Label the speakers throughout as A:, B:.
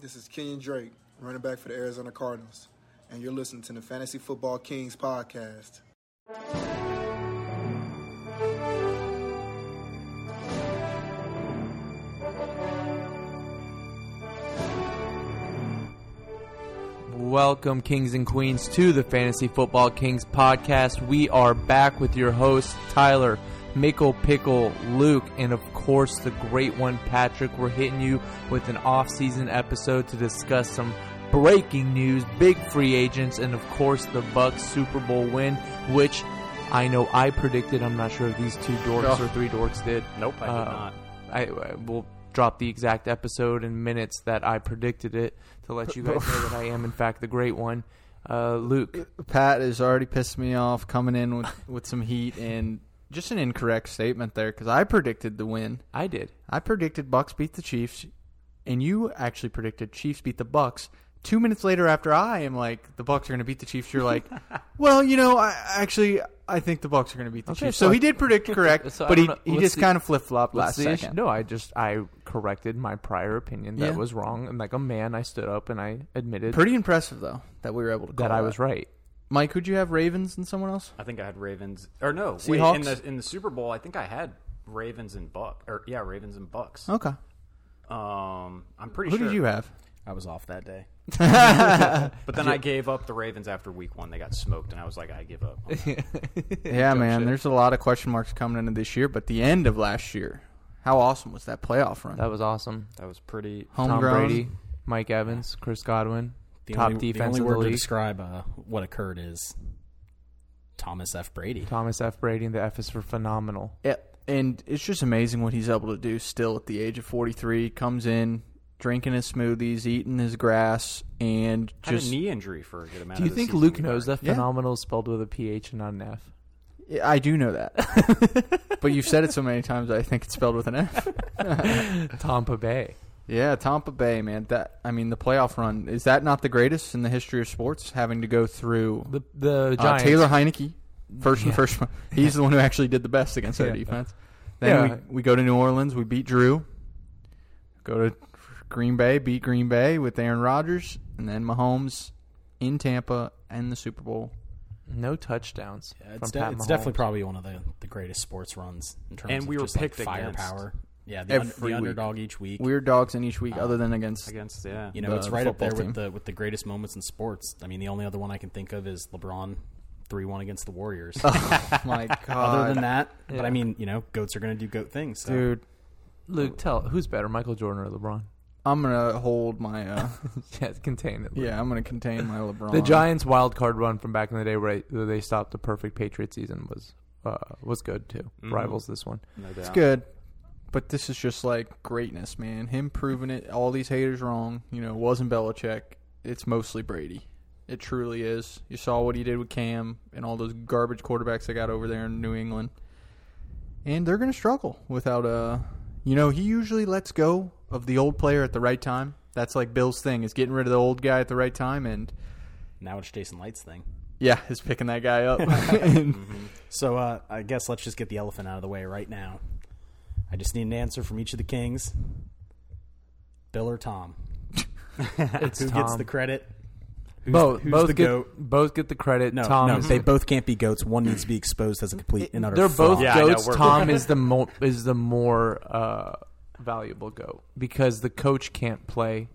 A: This is Kenyon Drake, running back for the Arizona Cardinals, and you're listening to the Fantasy Football Kings podcast.
B: Welcome, kings and queens, to the Fantasy Football Kings podcast. We are back with your hosts, Tyler, Mickle, Pickle, Luke, and of course, the great one, Patrick. We're hitting you with an off-season episode to discuss some breaking news, big free agents, and of course, the Bucks Super Bowl win, which I know I predicted. I'm not sure if these two dorks
C: Oh.
B: or three dorks did.
C: Nope, I did
B: Uh,
C: not.
B: I, I will drop the exact episode and minutes that I predicted it to let you guys know that I am in fact the great one. Uh, Luke,
C: Pat has already pissed me off coming in with, with some heat and just an incorrect statement there because I predicted the win.
B: I did.
C: I predicted Bucks beat the Chiefs, and you actually predicted Chiefs beat the Bucks. Two minutes later, after I am like the Bucks are going to beat the Chiefs, you're like, well, you know, I actually I think the Bucks are going to beat the
B: Okay,
C: Chiefs.
B: so
C: So,
B: I-
C: he did predict correct,
B: So I
C: but
B: don't
C: he,
B: know.
C: he
B: What's
C: just
B: the-
C: kind of flip flopped
B: What's
C: last
B: the issue?
C: second.
B: No, I just I corrected my prior opinion that
C: Yeah.
B: was wrong, and like a man, I stood up and I admitted
C: Pretty impressive though that we were able to call
B: that I was right.
C: Mike, who'd you have Ravens and someone else?
D: I think I had Ravens or no
C: Seahawks?
D: Wait, in the in the Super Bowl. I think I had Ravens and Buck or yeah Ravens and Bucks.
C: Okay,
D: Um, I'm pretty
C: who
D: sure
C: did you have?
D: I was off that day. but then I gave up the Ravens after Week One. They got smoked, and I was like, I give up.
C: Yeah, man. There's a lot of question marks coming into this year, but the end of last year, how awesome was that playoff run?
B: That was awesome.
D: That was pretty.
B: Tom
C: Homegrown.
B: Brady, Mike Evans, Chris Godwin,
E: The
B: top
E: only,
B: defense
E: The only
B: in
E: word
B: the
E: to
B: league.
E: describe uh, what occurred is Thomas F. Brady.
B: Thomas F. Brady and the F is for phenomenal.
C: Yeah, and it's just amazing what he's able to do still at the age of 43. Comes in, drinking his smoothies, eating his grass, and
D: Had a
C: just
D: knee injury for a good amount.
B: Do you
D: of the
B: think
D: season
B: Luke
D: we
B: knows
D: were-
B: that
C: Yeah.
B: phenomenal is spelled with a PH and not an F?
C: I do know that. but you've said it so many times, I think it's spelled with an F.
B: Tampa Bay.
C: Yeah, Tampa Bay, man. That I mean, the playoff run is that not the greatest in the history of sports? Having to go through
B: The the
C: uh,
B: Giants.
C: Taylor Heineke, first
B: Yeah.
C: and first. one. He's the one who actually did the best against our
B: Yeah.
C: defense. Then
B: Yeah.
C: we, we go to New Orleans. We beat Drew. Go to Green Bay. Beat Green Bay with Aaron Rodgers, and then Mahomes in Tampa and the Super Bowl.
B: no touchdowns.
E: Yeah,
B: from
E: it's de-
B: Pat
E: it's
B: Mahomes.
E: definitely probably one of the, the greatest sports runs in terms
D: And
E: of
D: we were
E: just, like,
D: picked against
E: firepower. Yeah, the, un-
C: every
E: the
C: week.
E: underdog each week.
C: We're dogs in each week, other than against.
D: against yeah.
E: you know,
C: the
E: it's right up
C: football
E: there
C: team.
E: with the with the greatest moments in sports. I mean, the only other one I can think of is LeBron three one against the Warriors.
C: Oh my god,
E: other than Uh, that, but
B: Yeah.
E: I mean, you know, goats are going to do goat things. So.
C: dude,
B: Luke, tell who's better, Michael Jordan or LeBron?
C: I'm gonna hold my. Uh,
B: Yeah, contain it. Luke. Uh,
C: yeah, I'm gonna contain my LeBron.
B: The Giants' wild card run from back in the day, where they stopped the perfect Patriot season, was uh, was good too.
E: Mm-hmm.
B: Rivals this one.
D: no doubt.
C: It's good. But this is just like greatness, man. Him proving it, all these haters wrong. You know, it wasn't Belichick. It's mostly Brady. It truly is. You saw what he did with Cam and all those garbage quarterbacks they got over there in New England. And they're going to struggle without a. You know, he usually lets go of the old player at the right time. That's like Bill's thing is getting rid of the old guy at the right time, and
E: Now it's Jason Light's thing.
C: yeah, is picking that guy up. And-
E: So uh, I guess let's just get the elephant out of the way right now. I just need an answer from each of the kings. Bill or Tom?
B: It's
E: Who
B: Tom.
E: gets the credit? Who's,
B: both
E: who's
B: both
E: the
B: get
E: goat?
B: both get the credit.
E: No,
B: Tom,
E: no,
B: is-
E: they both can't be goats. One needs to be exposed as a complete and utter.
B: they're both
E: fraud.
D: Yeah, I know,
B: goats.
D: we're-
B: Tom is the more is the more uh, valuable goat because the coach can't play.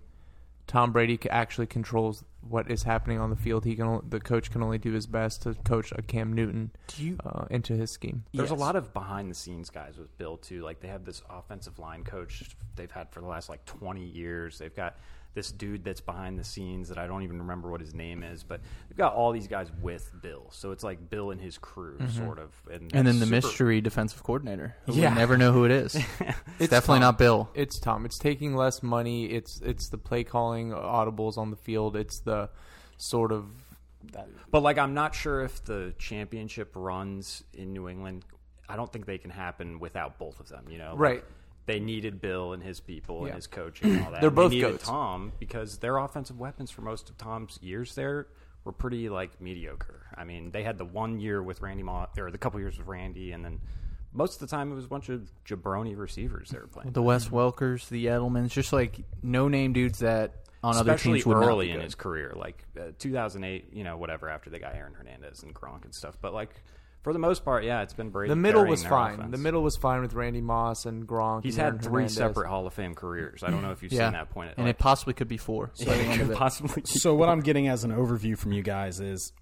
B: Tom Brady c- actually controls what is happening on the field. He can o- the coach can only do his best to coach a Cam Newton
C: Do you-
B: uh, into his scheme.
D: There's
C: Yes.
D: a lot of behind the scenes guys with Bill too. Like they have this offensive line coach they've had for the last like 20 years. They've got this dude that's behind the scenes that I don't even remember what his name is, but they've got all these guys with Bill. So it's like Bill and his crew, sort of.
C: Mm-hmm. and then
D: that's
C: the
D: super-
C: mystery defensive coordinator. Who
B: Yeah.
C: We never know who it is. it's, definitely
B: Tom.
C: not Bill.
B: It's Tom. It's taking less money. It's it's the play calling uh, audibles on the field. It's the sort of
D: But like, I'm not sure if the championship runs in New England. I don't think they can happen without both of them. You know, Like,
B: Right.
D: they needed Bill and his people
B: Yeah.
D: and his coaching and all that.
B: They're
D: And
B: both
D: they needed
B: goats.
D: Tom because their offensive weapons for most of Tom's years there were pretty like mediocre. I mean, they had the one year with Randy Moss or the couple years with Randy, and then most of the time it was a bunch of jabroni receivers they were playing.
C: The Wes Welkers, the Edelmans, just like no name dudes that on other
D: especially
C: teams would not be
D: early in
C: good.
D: his career, like uh, 2008, you know, whatever. After they got Aaron Hernandez and Gronk and stuff, but like for the most part, yeah, it's been Brady.
B: The middle
D: carrying
B: was
D: their
B: fine.
D: offense.
B: The middle was fine with Randy Moss and Gronk.
D: He's
B: and
D: had
B: Aaron
D: three
B: Hernandez.
D: separate Hall of Fame careers. I don't know if you've
C: yeah.
D: seen that point. At,
C: and
D: like,
C: it possibly could be four. So I think of it.
D: possibly.
E: So what I'm getting as an overview from you guys is,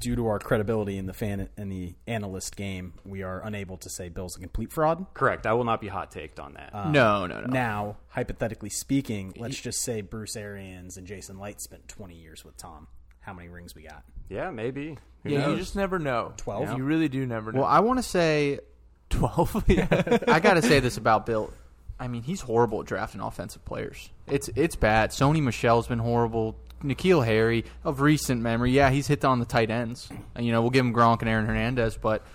E: due to our credibility in the fan in the analyst game, we are unable to say Bill's a complete fraud.
D: Correct. I will not be hot taked on that.
B: Um,
C: no, no, no.
E: Now, hypothetically speaking, let's just say Bruce Arians and Jason Light spent 20 years with Tom. How many rings we got?
D: yeah, maybe. Who
B: Yeah, you
D: knows?
B: just never know.
E: 12?
B: You really do never know.
C: Well, I want to say
B: twelve. yeah.
C: I got to say this about Bill. I mean, he's horrible at drafting offensive players. It's it's bad. Sony Michelle's been horrible. Nikhil Harry of recent memory, yeah, he's hit on the tight ends. And, you know, we'll give him Gronk and Aaron Hernandez, but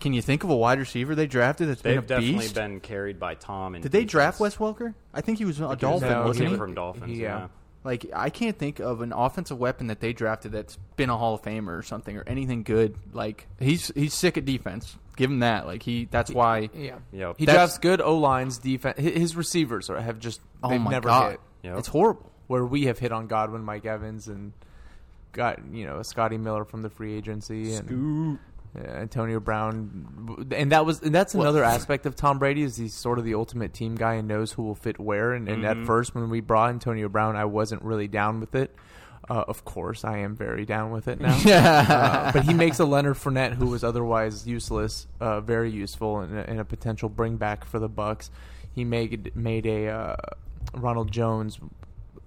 C: can you think of a wide receiver they drafted that's
D: They've
C: been a
D: definitely
C: beast?
D: been carried by Tom. And
C: Did they draft
D: defense.
C: Wes Welker? I think he was a
D: No,
C: Dolphin,
B: No,
D: he
C: wasn't
D: came
C: he?
D: from Dolphins.
B: yeah.
D: yeah.
C: Like I can't think of an offensive weapon that they drafted that's been a Hall of Famer or something or anything good. Like he's he's sick at defense. Give him that. Like he that's why
B: yeah.
D: Yep.
B: He
C: That's-
B: drafts good O lines defense. hi- His receivers are, have just
C: Oh
B: they've
C: my
B: never
C: god.
B: hit.
D: Yep.
C: It's horrible.
B: Where we have hit on Godwin, Mike Evans, and got you know Scotty Miller from the free agency and uh, Antonio Brown, and that was and that's another aspect of Tom Brady is he's sort of the ultimate team guy and knows who will fit where. And, and
C: Mm-hmm.
B: at first, when we brought Antonio Brown, I wasn't really down with it. Uh, of course, I am very down with it now. Uh, but he makes a Leonard Fournette, who was otherwise useless, uh, very useful and, a- and a potential bring back for the Bucks. He made made a uh, Ronald Jones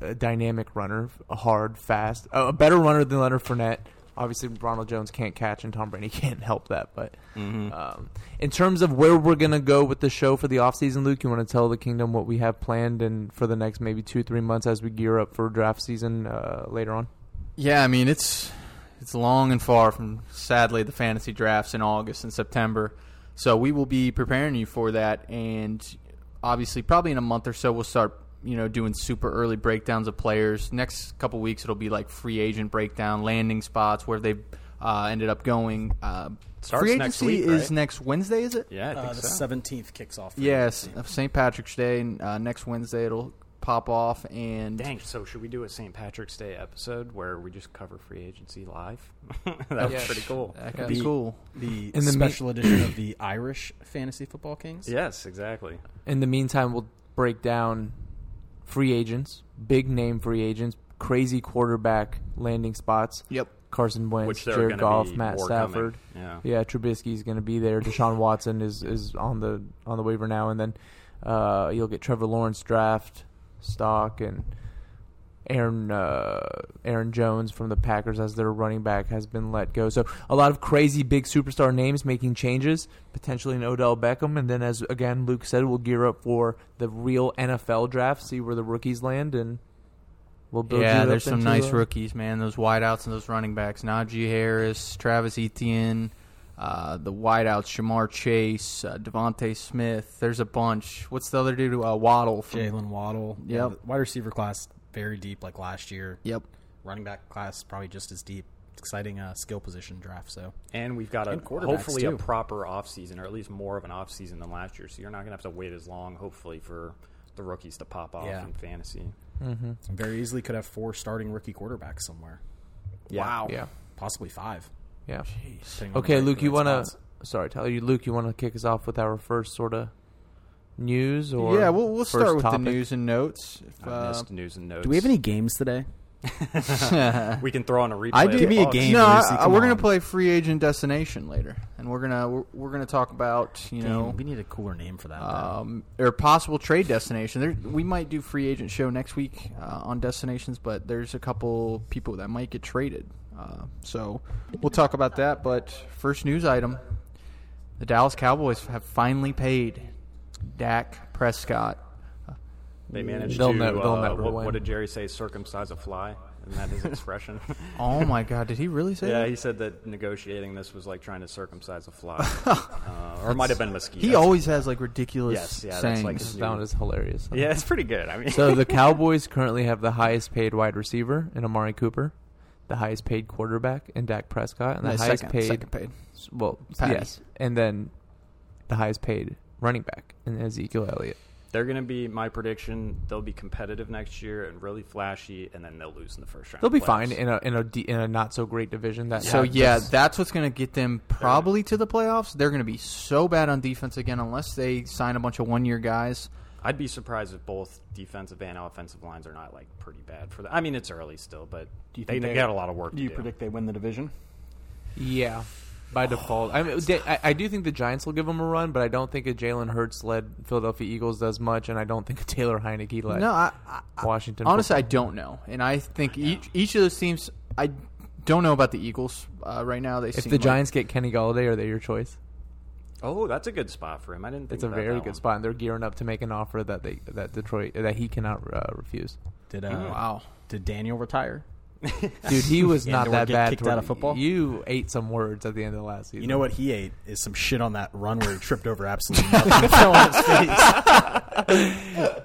B: a dynamic runner, a hard, fast, a a better runner than Leonard Fournette. Obviously, Ronald Jones can't catch, and Tom Brady can't help that. But um, in terms of where we're gonna go with the show for the offseason, Luke, you want to tell the kingdom what we have planned and for the next maybe two, three months as we gear up for draft season uh, later on.
C: Yeah, I mean it's it's long and far from sadly the fantasy drafts in August and September. So we will be preparing you for that and obviously probably in a month or so we'll start, you know, doing super early breakdowns of players. Next couple weeks it'll be like free agent breakdown, landing spots, where they've uh, ended up going. Uh,
D: Starts
C: free
D: next
C: agency
D: week,
C: is
D: right?
C: next Wednesday, is it?
D: Yeah, I think
E: Uh, the
D: so.
E: 17th kicks off. for
C: Yes,
E: me.
C: of St. Patrick's Day and uh, next Wednesday it'll pop off and
D: Dang, so should we do a St. Patrick's Day episode where we just cover free agency live? that was
B: Yes.
D: pretty cool.
C: that could be cool.
E: The
B: In the
E: special edition of the Irish Fantasy Football Kings.
D: Yes, exactly.
B: In the meantime, we'll break down free agents, big name free agents, crazy quarterback landing spots.
C: Yep.
B: Carson Wentz,
D: Which there are
B: Jared
D: gonna
B: Goff,
D: be
B: Matt
D: more
B: Stafford.
D: coming.
B: Yeah, Trubisky's going to be there. Deshaun Watson is is on the on the waiver now, and then uh, you'll get Trevor Lawrence draft stock and Aaron uh, Aaron Jones from the Packers as their running back has been let go. So a lot of crazy big superstar names making changes, potentially an Odell Beckham, and then as again Luke said, we'll gear up for the real NFL draft, see where the rookies land, and we'll build. you
C: Yeah,
B: up
C: there's some
B: into
C: nice
B: a-
C: rookies, man. Those wideouts and those running backs: Najee Harris, Travis Etienne, uh, the wideouts: Shamar Chase, uh, Devonte Smith. There's a bunch. What's the other dude? Uh, Waddle. From,
E: Jalen Waddle.
C: Yep.
E: Yeah, the Wide receiver class very deep, like last year.
C: Yep.
E: Running back class probably just as deep. Exciting uh, skill position draft. So
D: And we've got a
E: And quarterbacks,
D: hopefully a
E: too.
D: proper offseason, or at least more of an offseason than last year. So you're not going to have to wait as long, hopefully, for the rookies to pop off
E: Yeah.
D: in fantasy.
E: very easily could have four starting rookie quarterbacks somewhere,
C: Wow.
B: Yeah,
E: possibly five.
B: yeah.
E: depending on the
B: Okay,
E: right-
B: Luke,
E: the
B: you
E: right
B: want to?
E: spots.
B: Sorry, Tyler. You, Luke, you want to kick us off with our first sort of news or
C: yeah, we'll, we'll start
B: first
C: with
B: topic?
C: the news and notes. If,
D: I
C: uh,
D: missed news and notes.
E: Do we have any games today?
D: We can throw on a replay. Oh,
C: I
D: of
C: do-
D: the
E: Give me a
D: Bucs.
E: game.
C: no,
E: Lucy,
C: I, I-
E: come
C: we're gonna
E: on.
C: play free agent destination later, and we're gonna we're, we're gonna talk about you know
E: we need a cooler name for that.
C: um, or possible trade destination. There, we might do free agent show next week uh, on destinations, but there's a couple people that might get traded. Uh, so we'll talk about that. But first news item: the Dallas Cowboys have finally paid Dak Prescott. Uh,
D: They managed
B: They'll
D: to.
B: never- they'll
D: uh,
B: never
D: what,
B: win.
D: what did Jerry say? Circumcise a fly, and that his expression.
C: Oh my God! Did he really say
D: Yeah,
C: that?
D: he said that negotiating this was like trying to circumcise a fly, uh, or it might have been mosquitoes.
C: He always has like ridiculous
D: Yes, yeah, that's
C: sayings.
D: like-
B: This sound is hilarious.
D: yeah, it's pretty good. I mean,
B: So the Cowboys currently have the highest paid wide receiver in Amari Cooper, the highest paid quarterback in Dak Prescott, and the
C: No,
B: highest
C: second,
B: paid
C: second paid.
B: well
C: Patty.
B: yes, and then the highest paid running back in Ezekiel Elliott.
D: They're going to be my prediction. They'll be competitive next year and really flashy, and then they'll lose in the first round.
B: They'll
D: of
B: be
D: playoffs.
B: fine in a in a de- in a not so great division. That
C: So yeah,
B: that's-
C: that's what's going to get them probably to the playoffs. They're going to be so bad on defense again unless they sign a bunch of one-year guys.
D: I'd be surprised if both defensive and offensive lines are not like pretty bad for them. I mean, it's early still, but
E: Do you
D: they,
E: think
D: they
E: they-
D: got a lot of work.
E: Do
D: to
E: you
D: do.
E: predict they win the division?
B: yeah. By default, I, mean, they- I I do think the Giants will give them a run, but I don't think a Jalen Hurts led Philadelphia Eagles does much, and I don't think a Taylor Heineke led
C: No, I, I
B: Washington.
C: honestly I don't know, and I think each each of those teams. I don't know about the Eagles uh, right now. They
B: If
C: seem
B: the
C: like-
B: Giants get Kenny Galladay, are they your choice?
D: Oh, that's a good spot for him. I didn't. think
B: It's a
D: about
B: very
D: that
B: good
D: one.
B: spot, and they're gearing up to make an offer that they that Detroit that he cannot uh, refuse.
E: Did uh,
C: Oh, wow,
E: Did Daniel retire?
B: Dude, he was
E: And
B: not
E: or
B: that
E: get
B: bad.
E: kicked
B: for-
E: out of football?
B: You ate some words at the end of the last season.
E: You know what he ate is some shit on that run where he tripped over absolutely nothing and fell on his face.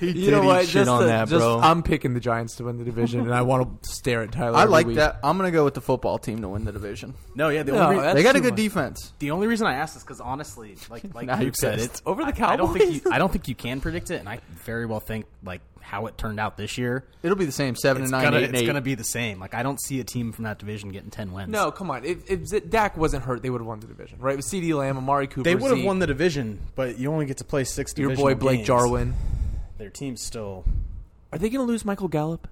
B: You
C: did
B: know
C: eat
B: what?
C: shit
B: just
C: on
B: the-
C: that,
B: just-
C: bro.
B: I'm picking the Giants to win the division, and I want to stare at Tyler.
C: I
B: every
C: like
B: week.
C: that. I'm going to go with the football team to win the division.
E: No, yeah, the,
B: No,
E: only,
B: that's
C: they got a
B: too
C: good
B: much.
C: defense.
E: the only reason I asked is because honestly, like like
C: Now
E: Luke
C: you're
E: said,
C: pissed.
E: it's
B: Over the
E: I, I don't think
B: Cowboys?
E: you, I don't think you can predict it, and I very well think like how it turned out this year.
C: It'll be the same seven and
E: It's
C: nine,
E: gonna,
C: eight and
E: it's
C: eight.
E: gonna be the same. Like I don't see a team from that division getting ten wins.
B: No, come on. If, if Z- Dak wasn't hurt, they would have won the division, right? With C.D. Lamb, Amari Cooper,
E: they would have
B: Zeke,
E: won the division, but you only get to play six.
B: your
E: divisional
B: boy Blake
E: games.
B: Jarwin.
E: Their team's still.
B: Are they going to lose Michael Gallup?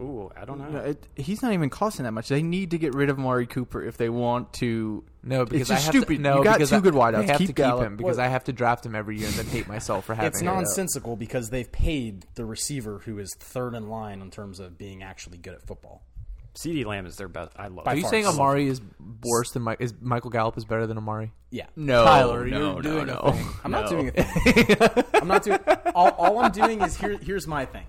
D: Ooh, I don't know.
C: No, it, he's not even costing that much. They need to get rid of Mari Cooper if they want to.
B: No, because
C: it's
B: I
C: just
B: have
C: stupid.
B: To, no,
C: you got
B: because
C: two
B: I-
C: good wideouts.
B: They have
C: keep
B: to keep
C: Gallup.
B: him because I have to draft him every year and then hate myself for having
E: It's
B: it.
E: nonsensical because they've paid the receiver who is third in line in terms of being actually good at football.
D: CD Lamb is their best. I love.
E: By
B: Are you
E: far.
B: saying
E: Some-
B: Amari is worse than Mike? Is Michael Gallup is better than Amari?
E: Yeah.
C: no,
B: Tyler,
C: Oh, no,
B: you're doing
C: no,
B: a
C: no.
B: thing.
E: I'm not doing a thing. I'm not doing. All, all I'm doing is here. Here's my thing.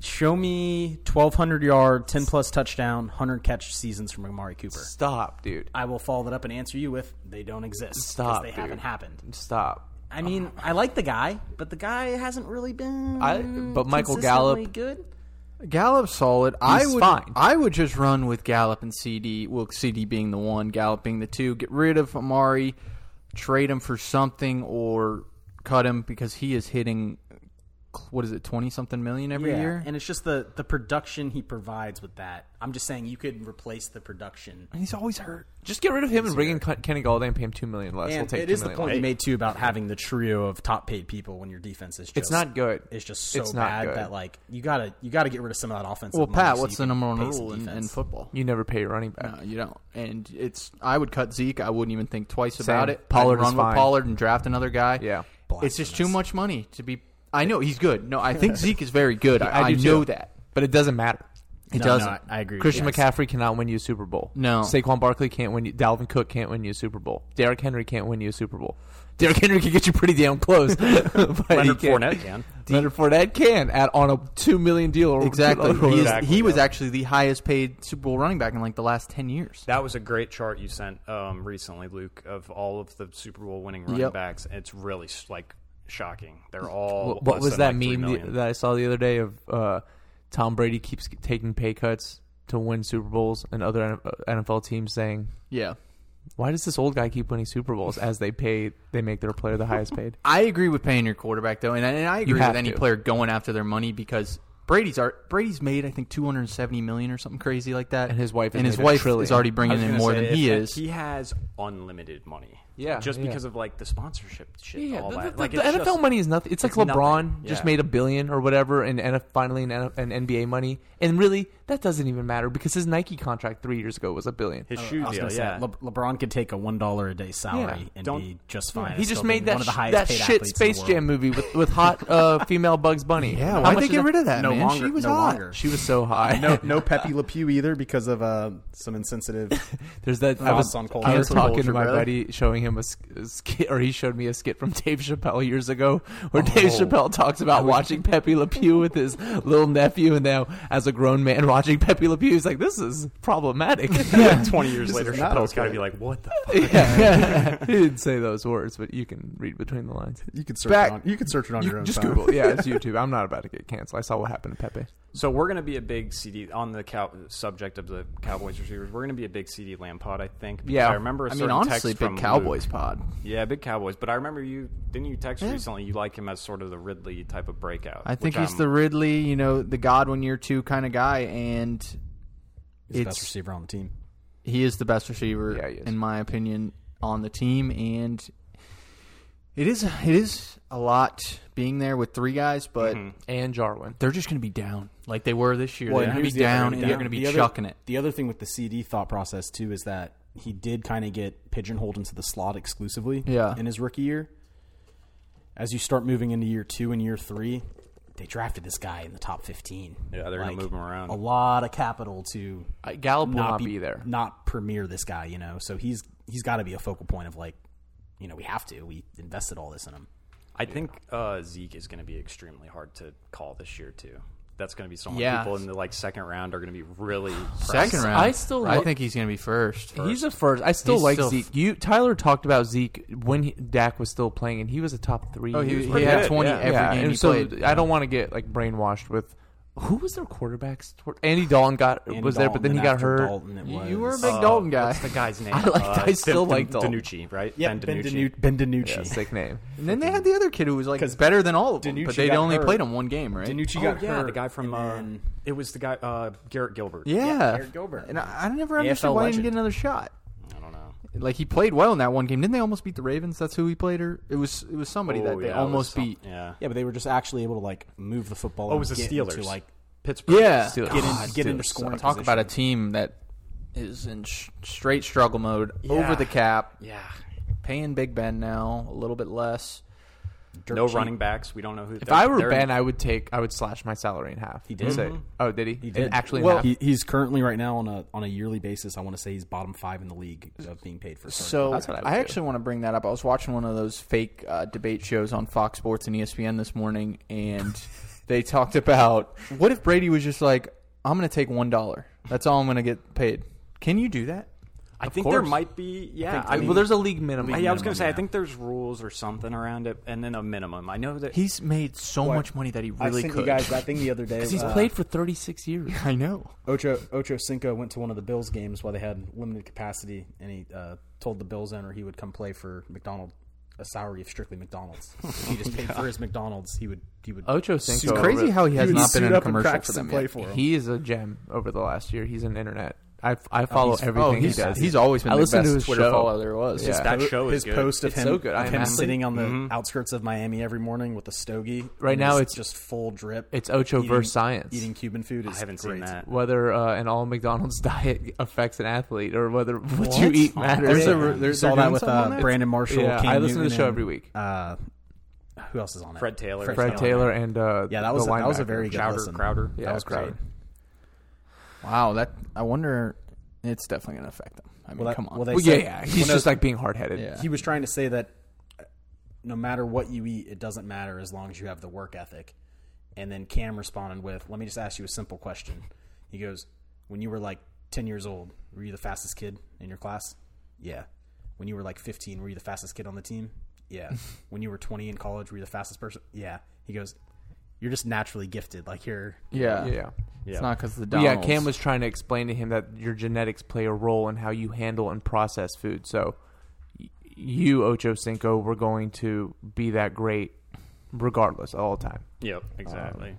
E: Show me 1,200 yard, 10 plus touchdown, 100 catch seasons from Amari Cooper.
B: Stop, dude.
E: I will follow that up and answer you with they don't exist. 'cause
B: Stop,
E: They
B: dude.
E: haven't happened.
B: Stop.
E: I mean, I like the guy, but the guy hasn't really been.
B: I- but Michael
E: consistently
B: Gallup-
E: good.
C: Gallup's solid. I
B: He's
C: would.
B: fine.
C: I would just run with Gallup and CD. Well, CD being the one, Gallup being the two. Get rid of Amari, trade him for something, or cut him because he is hitting. What is it? Twenty something million every
E: Yeah,
C: year.
E: and it's just the the production he provides with that. I'm just saying you could replace the production.
C: And he's always hurt.
B: Just get rid of him and bring in Ken- Kenny Galladay and pay him two million less. we'll
E: And
B: take
E: it
B: two
E: is the
B: million
E: point
B: less.
E: you made too about having the trio of top paid people when your defense is just
B: It's not good.
E: It's just so
B: It's not
E: bad
B: good.
E: that like you gotta you gotta get rid of some of that offensive.
C: Well,
E: money
C: Pat,
E: so
C: what's
E: you
C: the
E: can
C: number one
E: pay some
C: rule in, in
E: defense.
C: football?
B: You never pay your running back.
C: No, you don't. And it's I would cut Zeke. I wouldn't even think twice about it.
B: Pollard
C: I'd run
B: is fine.
C: with Pollard and draft another guy.
B: Yeah.
C: it's just too much money to be. I know he's good. No, I think Zeke is very good. I, I,
B: do too.
C: know that.
B: but it doesn't matter.
C: It
E: No, no,
C: doesn't.
E: I, I agree. with
B: Christian
E: you.
B: McCaffrey cannot win you a Super Bowl.
C: No.
B: Saquon Barkley can't win you. Dalvin Cook can't win you a Super Bowl. Derrick Henry can't win you a Super Bowl. Derrick Henry can get you pretty damn close. but
D: Leonard
B: he can't.
D: Fournette can.
B: Leonard Fournette can at on a two million deal. Or
C: Exactly.
B: or-
C: He, is,
D: Exactly,
C: he was
D: yeah.
C: actually the highest paid Super Bowl running back in like the last ten years.
D: That was a great chart you sent um, recently, Luke, of all of the Super Bowl winning running
C: Yep.
D: backs. It's really sh- like shocking. They're all.
B: What, what
D: less
B: was
D: than,
B: that
D: like, three
B: meme
D: million.
B: that I saw the other day of uh, Tom Brady keeps taking pay cuts to win Super Bowls, and other NFL teams saying,
C: Yeah,
B: "Why does this old guy keep winning Super Bowls?" As they pay, they make their player the highest paid.
C: I agree with paying your quarterback though, and, I- and I agree
B: have
C: with any
B: to.
C: player going after their money because Brady's are Brady's made I think two hundred and seventy million or something crazy like that,
B: And his wife has
C: and his
B: made a
C: wife
B: trillion.
C: is already
D: I
C: bringing
D: was
C: in
D: gonna
C: more
D: say,
C: than
D: if-
C: he
D: if
C: is.
D: He has unlimited money.
B: Yeah,
D: just
B: yeah.
D: because of like the sponsorship shit. and
B: Yeah,
D: all
B: the,
D: that.
B: the-
D: like
B: the
D: it's
B: NFL
D: just-
B: money is nothing. It's like
D: it's
B: LeBron
D: nothing.
B: just
D: Yeah.
B: made a billion or whatever, and, and finally an, N- an NBA money. And really, that doesn't even matter because his Nike contract three years ago was a billion.
D: His shoe
E: I was
D: deal,
E: gonna say,
D: yeah.
E: Le- LeBron could take a one dollar a day salary
B: Yeah.
E: and
D: Don't-
E: be just fine.
B: he
E: It's
B: just
E: still
B: made
E: one
B: that
E: of the
B: sh-
E: highest
B: that
E: paid
B: shit
E: athletes in
B: Space
E: the world.
B: Jam movie with, with hot uh, female Bugs Bunny.
C: Yeah,
B: How
C: why'd
B: much
C: they
B: is
C: get rid of that?
E: No
C: man?
E: longer.
C: she was
E: no
C: hot.
E: longer.
B: She was so high.
E: No, no Pepe Le Pew either because of uh, some insensitive.
B: There's that. I
E: Thoughts
B: was,
E: on culture.
B: I was
E: Cancel
B: talking
E: culture,
B: to my
E: brother.
B: buddy, showing him a, sk- a skit, or he showed me a skit from Dave Chappelle years ago,
E: Oh.
B: where Dave Chappelle talks about watching Pepe Le Pew with his little nephew, and now as a grown man watching Pepe Le Pew, he's like, "This is problematic." yeah,
D: 20 years later,
E: is not
D: Chappelle's got to
E: okay.
D: be like, what the
B: he didn't say those words, but you can read between the lines.
E: You could search
C: Back-
E: it on. You could search it on
B: You
E: your own.
B: just
E: time.
B: Google, yeah, it's YouTube. I'm not about to get canceled. I saw what happened to Pepe.
D: So we're going to be a big CD on the cow, subject of the Cowboys receivers. We're going to be a big CD Lampard, I think. because
B: Yeah.
D: I remember. a
C: I mean,
D: certain
C: honestly, big
D: text from
C: Cowboys
D: Luke.
C: pod.
D: Yeah, big Cowboys. But I remember you didn't you text recently you like him as sort of the Ridley type of breakout.
C: I think
D: which
C: he's
D: I'm-
C: the Ridley, you know, the Godwin year two kind of guy, and
E: He's the best
C: It's-
E: receiver on the team.
C: he is the best receiver,
B: Yeah, he is.
C: in my opinion, on the team. And it is it is a lot being there with three guys, but
B: and Jarwin.
C: they're just going to be down like they were this year.
E: Mm-hmm. Well,
C: they're
E: and
C: going to
E: here's
C: be
E: the other
C: down,
E: thing
C: and they're
E: down.
C: going to be
E: The other-
C: chucking it.
E: The other thing with the CD thought process too is that he did kind of get pigeonholed into the slot exclusively.
C: Yeah.
E: in his rookie year. As you start moving into year two and year three, they drafted this guy in the top fifteen.
D: Yeah, they're gonna move him around.
E: A lot of capital to
B: Uh, Gallup will not be there.
E: not premiere this guy. You know, so he's he's got to be a focal point of like, you know, we have to. We invested all this in him.
D: I think uh, Zeke is going to be extremely hard to call this year too. That's going to be someone
C: Yeah.
D: people in the like second round are going to be really
C: Second
D: pressed.
C: round,
B: I still
C: I
B: look-
C: think he's going to be first.
B: He's a first. I still
C: He's
B: like
C: still-
B: Zeke. You Tyler talked about Zeke when he, Dak was still playing, and he was a top three.
C: Oh, he, he
B: pretty
D: yeah,
C: had
B: good.
D: good,
C: twenty
D: yeah.
C: every
B: yeah,
C: game
B: and
C: he
B: so
C: played.
B: I don't want to get like brainwashed with who was their quarterbacks. toward- Andy Dalton got
E: And
B: was there, but then
E: Dalton,
B: he got
E: after
B: hurt.
E: Dalton, it
C: You- you were a
E: was-
C: big Dalton guy.
D: Uh, What's the guy's name? Uh,
B: I liked- I
D: Tim-
B: still
D: Tim-
B: like Dalton.
D: DiNucci, right?
E: Yeah, Ben DiNucci. Ben DiNucci.
B: Yeah, sick name.
C: And then they had the other kid who was like
E: 'Cause
C: better than all of them,
E: Danucci
C: but they
E: got
C: only
E: hurt.
C: played him one game, right?
E: Danucci
D: Oh,
E: got
D: yeah,
E: hurt.
D: the guy
E: and
D: from uh,
E: then-
D: it was the guy uh, Garrett Gilbert.
C: Yeah,
E: Garrett Gilbert.
C: And I, I never understood
E: AFL
C: why he
E: legend.
C: didn't get another shot.
D: I don't know.
C: Like he played well in that one game. Didn't they almost beat the Ravens? That's who he played. Or it was it was somebody
D: Oh,
C: that they
D: yeah, it was
C: almost
D: some-
C: beat.
D: Yeah.
E: Yeah, but they were just actually able to like move the football.
D: Oh, it was the
E: To,
D: Steelers.
E: like
D: Pittsburgh.
C: Yeah,
B: Steelers.
E: get in,
B: God,
E: get into
B: Steelers
E: scoring.
C: talk
E: position.
C: about a team that is in sh- straight struggle mode,
D: Yeah.
C: over the cap,
D: Yeah.
C: paying Big Ben now a little bit less.
E: Dirt
D: No
E: cheap.
D: running backs. We don't know who.
B: If I were Ben, I would take. I would slash my salary in half. He
E: did.
B: oh, did he?
E: He did.
B: Actually,
C: Well,
B: in half.
E: He, he's currently right now on a on a yearly basis. I want to say he's bottom five in the league of being paid for. starting
C: So
B: That's what I would
C: I,
B: do.
C: actually want to bring that up. I was watching one of those fake uh, debate shows on Fox Sports and E ESPN this morning, and they talked about what if Brady was just like, "I'm going to take one dollar. That's all I'm going to get paid." Can you do that?
D: I
B: Of
D: think there
B: course.
D: might be. Yeah.
B: I- well, there's a league minimum.
D: yeah, I was going to say. I
B: yeah.
D: think there's rules or something around it, and then a minimum. I know that
C: He's made so much money that he really could.
E: that thing the other day. uh,
B: 'Cause he's played for 36 years.
C: I know.
E: Ocho Ocho Cinco went to one of the Bills games while they had limited capacity, and he uh, told the Bills owner he would come play for McDonald a salary of strictly McDonald's. If he just paid for his McDonald's. He would he would
B: Ocho
C: It's
B: Cinco.
C: crazy how he has
E: would
C: not been
E: suit
C: in a
E: up and
C: commercial
E: practice
C: for them
E: and play
C: yet.
E: for him.
B: He is a gem over the last year. He's an internet. I, I follow
E: he's-
B: everything
C: Oh, he's,
B: he does.
C: he's always been
B: I
C: the
B: listened
C: best
B: to his
C: Twitter
B: show.
C: follow there was.
B: Yeah.
D: that show
E: his
D: is good.
E: post of
B: It's
E: him,
B: so good. I
E: of
B: am
E: him
B: athlete.
E: sitting on the outskirts of Miami every morning with a stogie.
B: Right
E: and
B: now
E: just-
B: it's-
E: just full drip.
B: it's Ocho
E: Eating-
B: versus science.
E: Eating Cuban food. Is
D: I haven't
E: great.
D: seen that.
B: Whether uh, an all McDonald's diet affects an athlete or whether what, you eat matters.
C: There's a-
E: Yeah.
C: there-
E: You
C: they're
E: saw
C: doing
E: that with
C: something on
E: uh,
C: that?
E: Brandon Marshall.
B: Yeah,
E: Cam
B: I listen to the
E: Newton,
B: show
E: and,
B: every week.
E: Uh, who else is on it?
D: Fred Taylor.
B: Fred Taylor and uh,
E: Yeah, that was
B: the
E: a, that was a
B: linebacker.
E: very good
D: Crowder.
E: listen.
D: Crowder.
B: Yeah,
E: that was
B: Crowder.
E: great.
C: Wow, that I wonder. It's definitely going to affect them. I mean,
E: Well, that-
C: come on.
E: well, they
B: Well, yeah,
E: said-
B: yeah. He's just like being hard headed.
C: Yeah.
E: He was trying to say that uh, no matter what you eat, it doesn't matter as long as you have the work ethic. And then Cam responded with, "Let me just ask you a simple question." He goes, "When you were like 10 years old, were you the fastest kid in your class?" "Yeah." "When you were like 15, were you the fastest kid on the team?" "Yeah." "When you were 20 in college, were you the fastest person?" "Yeah." He goes, "You're just naturally gifted. Like you're
C: yeah,
B: Yeah.
C: It's
D: Yeah.
C: not because the
B: But yeah,
C: Donalds.
B: Cam was trying to explain to him that your genetics play a role in how you handle and process food. So y- you, Ocho Cinco, were going to be that great regardless all the time.
D: Yep. Exactly.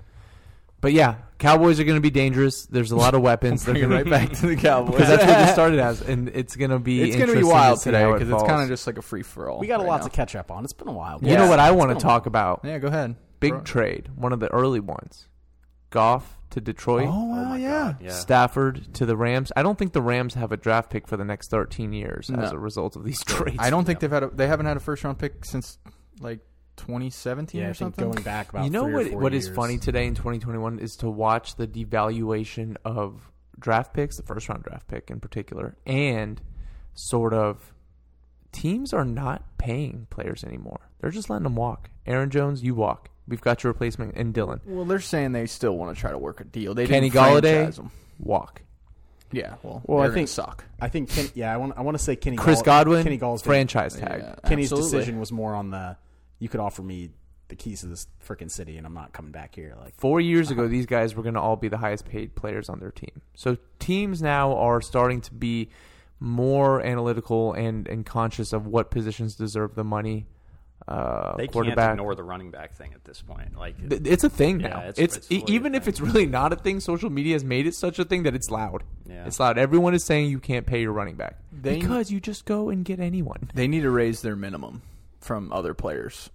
B: But yeah, Cowboys are going to be dangerous. There's a lot of weapons. They're
C: bring it
B: gonna-
C: right back to the Cowboys.
B: because that's what this started as, and it's going to be
C: it's
B: going to
C: be wild
B: see
C: today
B: how it
C: because it's
B: falls.
C: kind of just like a free for all.
E: we got a lot to catch up on. It's been a while.
B: you know what I want
E: been
B: to
E: a
B: talk about?
C: Yeah, go ahead.
B: Big trade, one of the early ones. Goff to Detroit.
C: Oh wow,
D: my
C: yeah.
D: God, yeah.
B: Stafford to the Rams. I don't think the Rams have a draft pick for the next 13 years
C: No.
B: as a result of these trades.
C: I don't think they've had a, they haven't had a first round pick since like 2017
E: yeah, I
C: or
E: think
C: something.
E: going back about
B: you know
E: three or
B: what?
E: four
B: What is
E: years.
B: funny today in 2021 is to watch the devaluation of draft picks, the first round draft pick in particular, and sort of teams are not paying players anymore. They're just letting them walk. Aaron Jones, you walk. We've got your replacement in Dylan.
C: well, they're saying they still want to try to work a deal. They
B: Kenny
C: didn't franchise
B: Galladay,
C: him.
B: walk.
C: Yeah, well,
E: Well,
C: they're
E: I
C: gonna
E: think-
C: suck.
E: I think Ken, yeah, I want I want to say Kenny
B: Chris
E: Gall-
B: Godwin,
E: Kenny Gall's
B: franchise tag.
C: Yeah,
E: Kenny's
C: absolutely.
E: decision was more on the you could offer me the keys to this freaking city, and I'm not coming back here. Like,
B: Four years ago, these guys were going to all be the highest paid players on their team. So teams now are starting to be more analytical and, and conscious of what positions deserve the money. Uh,
D: They can't
B: quarterback.
D: ignore the running back thing at this point. Like
B: Th- It's a thing
D: Yeah,
B: now.
D: it's-
B: It's,
D: it's
B: e-
D: fully a
B: even if
D: thing.
B: it's really not a thing, social media has made it such a thing that it's loud.
D: Yeah.
B: It's loud. Everyone is saying you can't pay your running back
C: They-
B: because you just go and get anyone.
C: They need to raise their minimum from other players.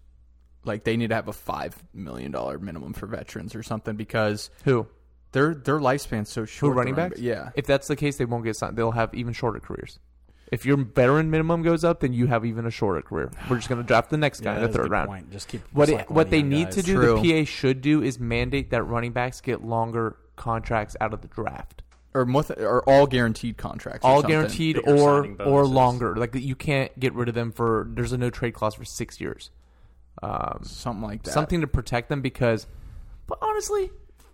C: Like they need to have a five million dollar minimum for veterans or something because
B: Who?
C: their their lifespan's so
B: Who
C: short.
B: running
C: back?
B: backs?
C: Yeah.
B: If that's the case, they won't get signed. They'll have even shorter careers. If your veteran minimum goes up, then you have even a shorter career. We're just going to draft the next guy
E: yeah,
B: in the
E: that is a
B: third
E: good
B: round.
E: Point. Just keep
B: What it,
E: recycling
B: what they
E: young
B: need
E: guys.
B: to do,
C: True.
B: the PA should do, is mandate that running backs get longer contracts out of the draft.
C: or moth- or all guaranteed contracts. or
B: all
C: something.
B: guaranteed
D: Bigger
B: or
D: signing
B: or
D: bonuses.
B: longer. Like you can't get rid of them for there's a no trade clause for six years. Um,
C: something like that.
B: something to protect them because, but honestly,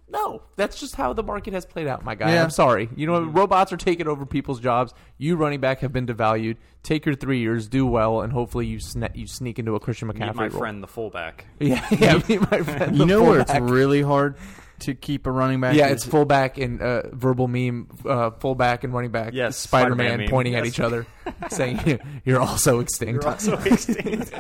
B: no, that's just how the market has played out, my guy.
C: Yeah. Mm-hmm.
B: I'm sorry. You know, robots are taking over people's jobs. You running back have been devalued. Take your three years, do well, and hopefully you sne- you sneak into a Christian McCaffrey
D: meet my
B: role.
D: friend the fullback.
B: Yeah, yeah, meet my friend.
C: You
B: the
C: know where it's
B: fullback.
C: really hard to keep a running back.
B: Yeah,
C: is-
B: it's fullback and uh, verbal meme, uh, fullback and running back.
D: Yes,
B: Spider
D: Spider-Man
B: Man
D: meme.
B: pointing at
D: Yes.
B: each other, saying, "You're also extinct."
D: You're also extinct.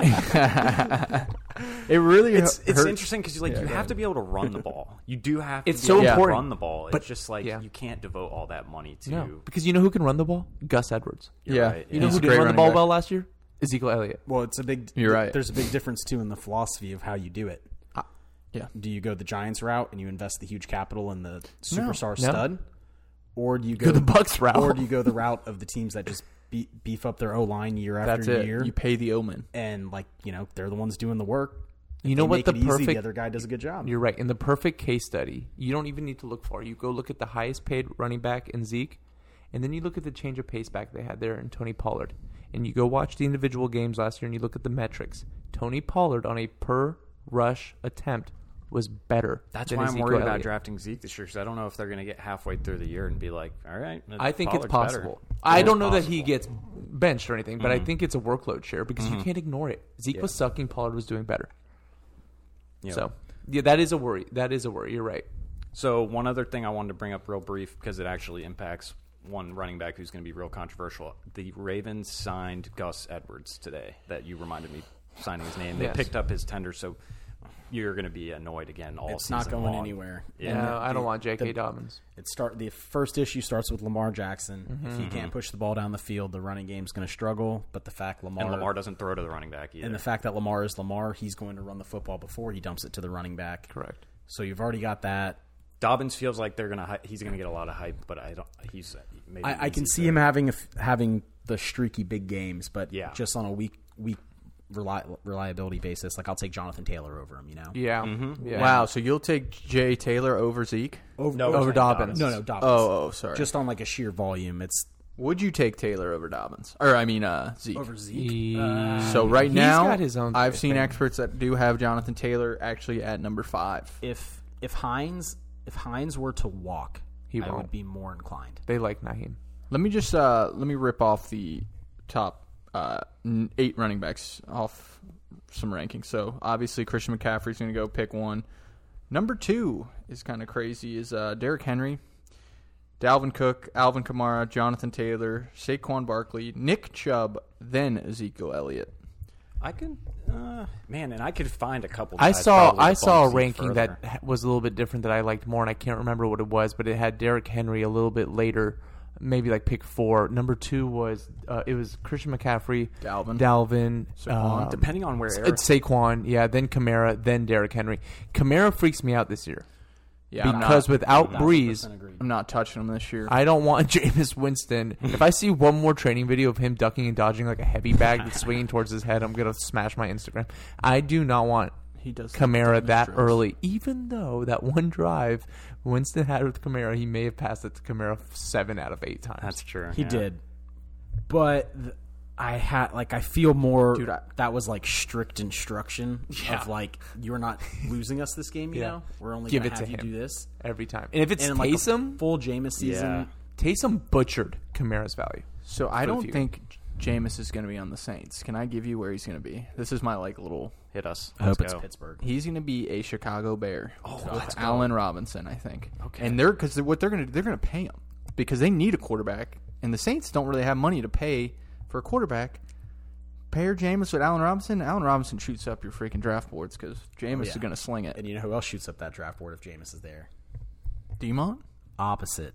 C: it really
D: it's
C: hu-
D: it's
C: hurts.
D: interesting because like
C: Yeah,
D: you
C: go
D: have
C: ahead.
D: to be able to run the ball. You do have.
B: It's
D: to be
B: so
D: able to
B: important,
D: run the ball.
B: but-
D: it's just like
B: yeah.
D: you can't devote all that money to.
B: no, because you know who can run the ball? Gus Edwards.
D: You're
C: yeah,
D: right,
B: You
D: yeah.
B: know
C: He's
B: who
C: a
B: did
C: great
B: run the
C: running
B: ball
C: back.
B: well last year? Ezekiel Elliott.
E: Well, it's a big.
C: You're right.
E: There's a big difference too in the philosophy of how you do it.
C: Ah, yeah.
E: Do you go the Giants route and you invest the huge capital in the superstar
B: no.
E: stud, or do you go
B: Go the Bucks route.
E: or do you go the route of the teams that just be, beef up their O line year after
C: That's it.
E: year
C: You pay the omen.
E: and like you know they're the ones doing the work.
B: You know
E: They
B: what
E: make
B: the
E: it easy,
B: perfect
E: the other guy does a good job.
B: You're right. In the perfect case study, you don't even need to look far. You go look at the highest paid running back in Zeke, and then you look at the change of pace back they had there in Tony Pollard. And you go watch the individual games last year and you look at the metrics. Tony Pollard on a per rush attempt was better.
D: That's
B: than
D: why I'm
B: Ezekiel
D: worried about
B: Elliott.
D: drafting Zeke this year because I don't know if they're going to get halfway through the year and be like, all right.
B: I think it's
D: Pollard's better."
B: possible. I
D: It's
B: don't know that he
D: possible.
B: gets benched or anything, but I think it's a workload share because
E: Mm-hmm.
B: you can't ignore it. Zeke was sucking, Pollard was doing better.
D: Yeah.
B: So, yeah, that is a worry. That is a worry. You're right.
D: So one other thing I wanted to bring up real brief because it actually impacts one running back who's going to be real controversial. The Ravens signed Gus Edwards today. That you reminded me signing his name. They
B: Yes.
D: picked up his tender, so you're going to be annoyed again all
E: It's not
D: season
E: going
D: long.
E: anywhere.
D: Yeah.
E: And
B: No, I
E: the-
B: don't want J.K.
E: the-
B: Dobbins.
E: It start the first issue starts with Lamar Jackson.
B: Mm-hmm,
E: If he can't push the ball down the field, the running game's going to struggle. But the fact Lamar
D: And Lamar doesn't throw to the running back either.
E: and the fact that Lamar is Lamar, he's going to run the football before he dumps it to the running back.
B: Correct.
E: So you've already got that.
D: Dobbins feels like they're going to he's going to get a lot of hype, but I don't. He's uh, maybe
E: I, I can
D: easy
E: see
D: to-
E: him having a f having the streaky big games, but
D: Yeah.
E: just on a week week reli- reliability basis, like I'll take Jonathan Taylor over him. You know,
B: Yeah. Mm-hmm. yeah.
C: Wow. So you'll take Jay Taylor over Zeke?
E: over,
D: No,
B: Over
D: it's
B: Dobbins.
E: no, no, Dobbins.
C: Oh, oh, sorry.
E: just on like a sheer volume, it's
C: would you take Taylor over Dobbins? Or I mean uh, Zeke?
E: over Zeke.
B: He-
C: so right
B: He's
C: now,
B: got his own
C: I've seen
B: thing.
C: experts that do have Jonathan Taylor actually at number five.
E: If if Hines if Hines were to walk,
B: He
E: I
B: won't.
E: would be more inclined.
B: they like Naheem.
C: Let me just uh, let me rip off the top uh, n- eight running backs off some rankings. So obviously Christian McCaffrey's going to go pick one. Number two is kind of crazy. Is uh, Derrick Henry, Dalvin Cook, Alvin Kamara, Jonathan Taylor, Saquon Barkley, Nick Chubb, then Ezekiel Elliott.
D: I can, uh, man, and I could find a couple.
B: I
D: guys
B: saw
D: probably to
B: I saw a
D: bump Zeke
B: ranking
D: further.
B: that ha- was a little bit different that I liked more, and I can't remember what it was, but it had Derrick Henry a little bit later, maybe like pick four. Number two was uh, it was Christian McCaffrey,
C: Dalvin.
B: Dalvin, um,
D: depending on where Eric,
B: it's Saquon, yeah, then Kamara, then Derrick Henry. Kamara freaks me out this year
C: Yeah, I'm
B: because
C: not,
B: without Breeze,
E: 100% agreed.
C: I'm not touching him this year.
B: I don't want Jameis Winston. If I see one more training video of him ducking and dodging like a heavy bag that's swinging towards his head, I'm gonna smash my Instagram. I do not want
C: he does
B: Kamara that early, even though that one drive Winston had with Kamara, he may have passed it to Kamara seven out of eight times.
D: that's true.
E: He
D: yeah.
E: did, but th- I had like I feel more.
C: Dude, I-
E: that was like strict instruction
B: Yeah.
E: of like you're not losing us this game. You
B: Yeah.
E: know, we're only
B: Give
E: gonna
B: it
E: have
B: to
E: you
B: him.
E: do this.
B: every time. And if it's
E: And in, like a
B: Taysom,
E: full Jameis season,
D: Yeah.
B: Taysom butchered Kamara's value.
C: So I
B: the
C: don't
B: future.
C: think Jameis is going to be on the Saints. Can I give you where he's going to be? This is my like little.
D: Hit us.
E: I hope it's
D: Let's go.
E: Pittsburgh.
C: He's going to be a Chicago Bear
D: Oh,
C: with
D: let's go.
C: Allen Robinson, I think.
D: Okay.
C: And they're because what they're going to they're going to pay him because they need a quarterback, and the Saints don't really have money to pay for a quarterback. Pair Jameis with Allen Robinson. Allen Robinson shoots up your freaking draft boards because
B: Oh,
C: Jameis is
E: yeah.
C: going to sling it.
E: And you know who else shoots up that draft board if Jameis is there?
B: Uh,
C: Demont.
E: Opposite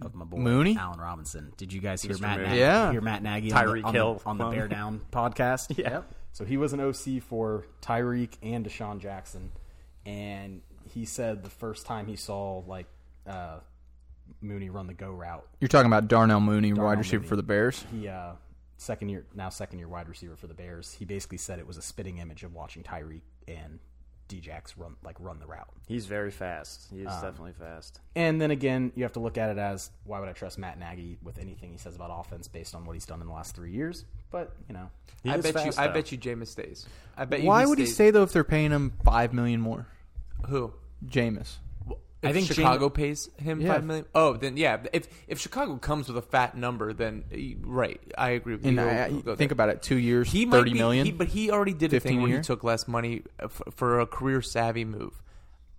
E: of my boy
C: Mooney?
E: Allen Robinson. Did you guys hear
D: Mr.
E: Matt?
D: Mooney.
E: Nagy,
C: Yeah.
E: hear Matt Nagy on the,
D: Tyreek
E: on,
D: Hill
E: the, on the
D: one.
E: Bear Down podcast.
D: Yeah.
E: So he was an OC for Tyreek and Deshaun Jackson, and he said the first time he saw like uh, Mooney run the go route,
C: You're talking about Darnell Mooney, wide receiver
E: Mooney.
C: for the Bears.
E: he uh, second year now second year wide receiver for the Bears. He basically said it was a spitting image of watching Tyreek and Djax run like run the route.
D: He's very fast. He is definitely fast.
E: And then again, you have to look at it as why would I trust Matt Nagy with anything he says about offense based on what he's done in the last three years? But you know,
D: He
B: I
D: is
B: bet
D: fast,
B: you. I
D: though.
B: bet you Jameis stays. I bet you.
C: Why would he
B: stays.
C: stay though if they're paying him five million more?
B: Who?
C: Jameis.
B: If
E: I think
B: Chicago pays him
C: Yeah.
B: five million. Oh, then yeah. If if Chicago comes with a fat number, then eh, right, I agree with
C: And
B: you.
C: I, I-
B: We'll go
C: think
B: there.
C: about it: two years,
B: he
C: thirty
B: might
C: million.
B: be- he- but he already did a
C: 15
B: thing
C: a
B: where
C: year?
B: he took less money uh, f- for a career savvy move.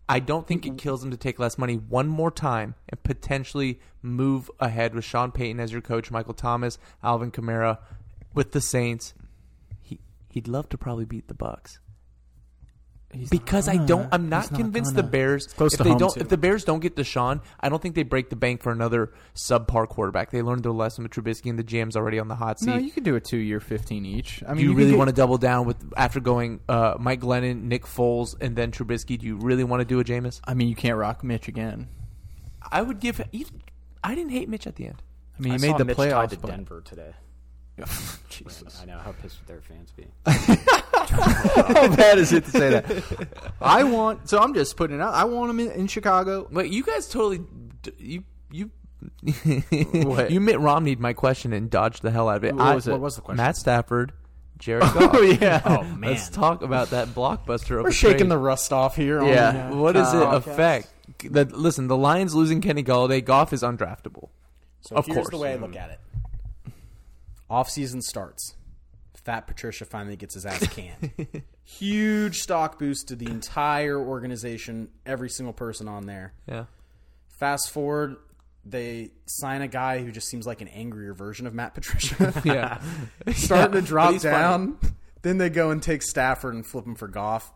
B: I don't think it kills him to take less money one more time and potentially move ahead with Sean Payton as your coach, Michael Thomas, Alvin Kamara, with the Saints. He he'd love to probably beat the Bucks. because I don't, I'm not, convinced the Bears.
E: close
B: if
E: to
B: they
E: home,
B: don't,
E: too.
B: if the Bears don't get Deshaun, I don't think they break the bank for another subpar quarterback. They learned their lesson with Trubisky and the GM's already on the hot seat.
C: no, you could do a two-year, fifteen each. I mean,
B: do you, really want
C: to?
B: to double down with after going uh, Mike Glennon, Nick Foles, and then Trubisky? Do you really want to do a Jameis?
C: I mean, you can't rock Mitch again.
B: I would give. I didn't hate Mitch at the end.
C: I mean,
D: I
C: he
D: saw
C: made the
D: Mitch tied
C: playoffs.
D: to
C: But
D: Denver today. I know how pissed would their fans be.
C: how bad is it to say that? I want. So I'm just putting it out. I want him in, in Chicago.
B: But you guys totally d- you you.
C: What?
B: you Mitt Romneyed my question and dodged the hell out of it.
C: What
B: I-
C: was it? What was
E: the question?
B: Matt Stafford, Jared Goff.
C: yeah.
E: oh man,
B: Let's talk about that blockbuster. of
E: we're
B: a
E: shaking
B: trade.
E: the rust off here.
C: Yeah.
E: On, uh,
B: What does it
C: Uh,
B: affect? The, listen, the Lions losing Kenny Galladay. Goff is undraftable.
E: So
B: Of
E: here's the
B: course.
E: way I look at it. Off season starts. Fat Patricia finally gets his ass canned. Huge stock boost to the entire organization, every single person on there.
B: Yeah.
E: Fast forward, they sign a guy who just seems like an angrier version of Matt Patricia.
B: Yeah.
E: Starting
B: Yeah,
E: to
B: but
E: drop
B: he's funny.
E: down. Then they go and take Stafford and flip him for Goff.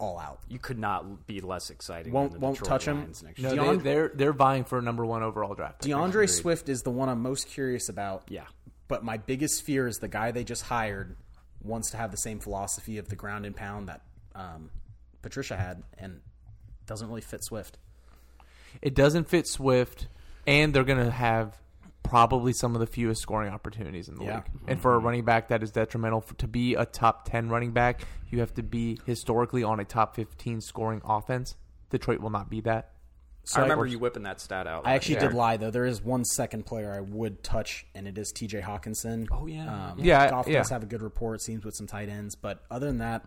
E: All out.
D: You could not be less exciting.
E: Won't-
D: than the
E: won't
D: Detroit
E: touch him.
D: Lions Next
B: No,
D: year.
B: Uh, they,
E: DeAndre-
B: they're they're vying for a number one overall draft. pick.
E: DeAndre Swift is the one I'm most curious about.
D: Yeah.
E: But my biggest fear is the guy they just hired wants to have the same philosophy of the ground and pound that um, Patricia had and doesn't really fit Swift.
B: It doesn't fit Swift, and they're going to have probably some of the fewest scoring opportunities in the
E: Yeah. Mm-hmm.
B: league. And for a running back, that is detrimental. For, to be a top ten running back, you have to be historically on a top fifteen scoring offense. Detroit will not be that.
D: I remember you whipping that stat out.
E: I actually
D: Yeah.
E: did lie, though. There is one second player I would touch, and it is TJ Hawkinson. Oh,
D: yeah.
E: Um,
B: Yeah,
E: Goff
B: yeah.
E: does have a good report, seems with some tight ends. But other than that,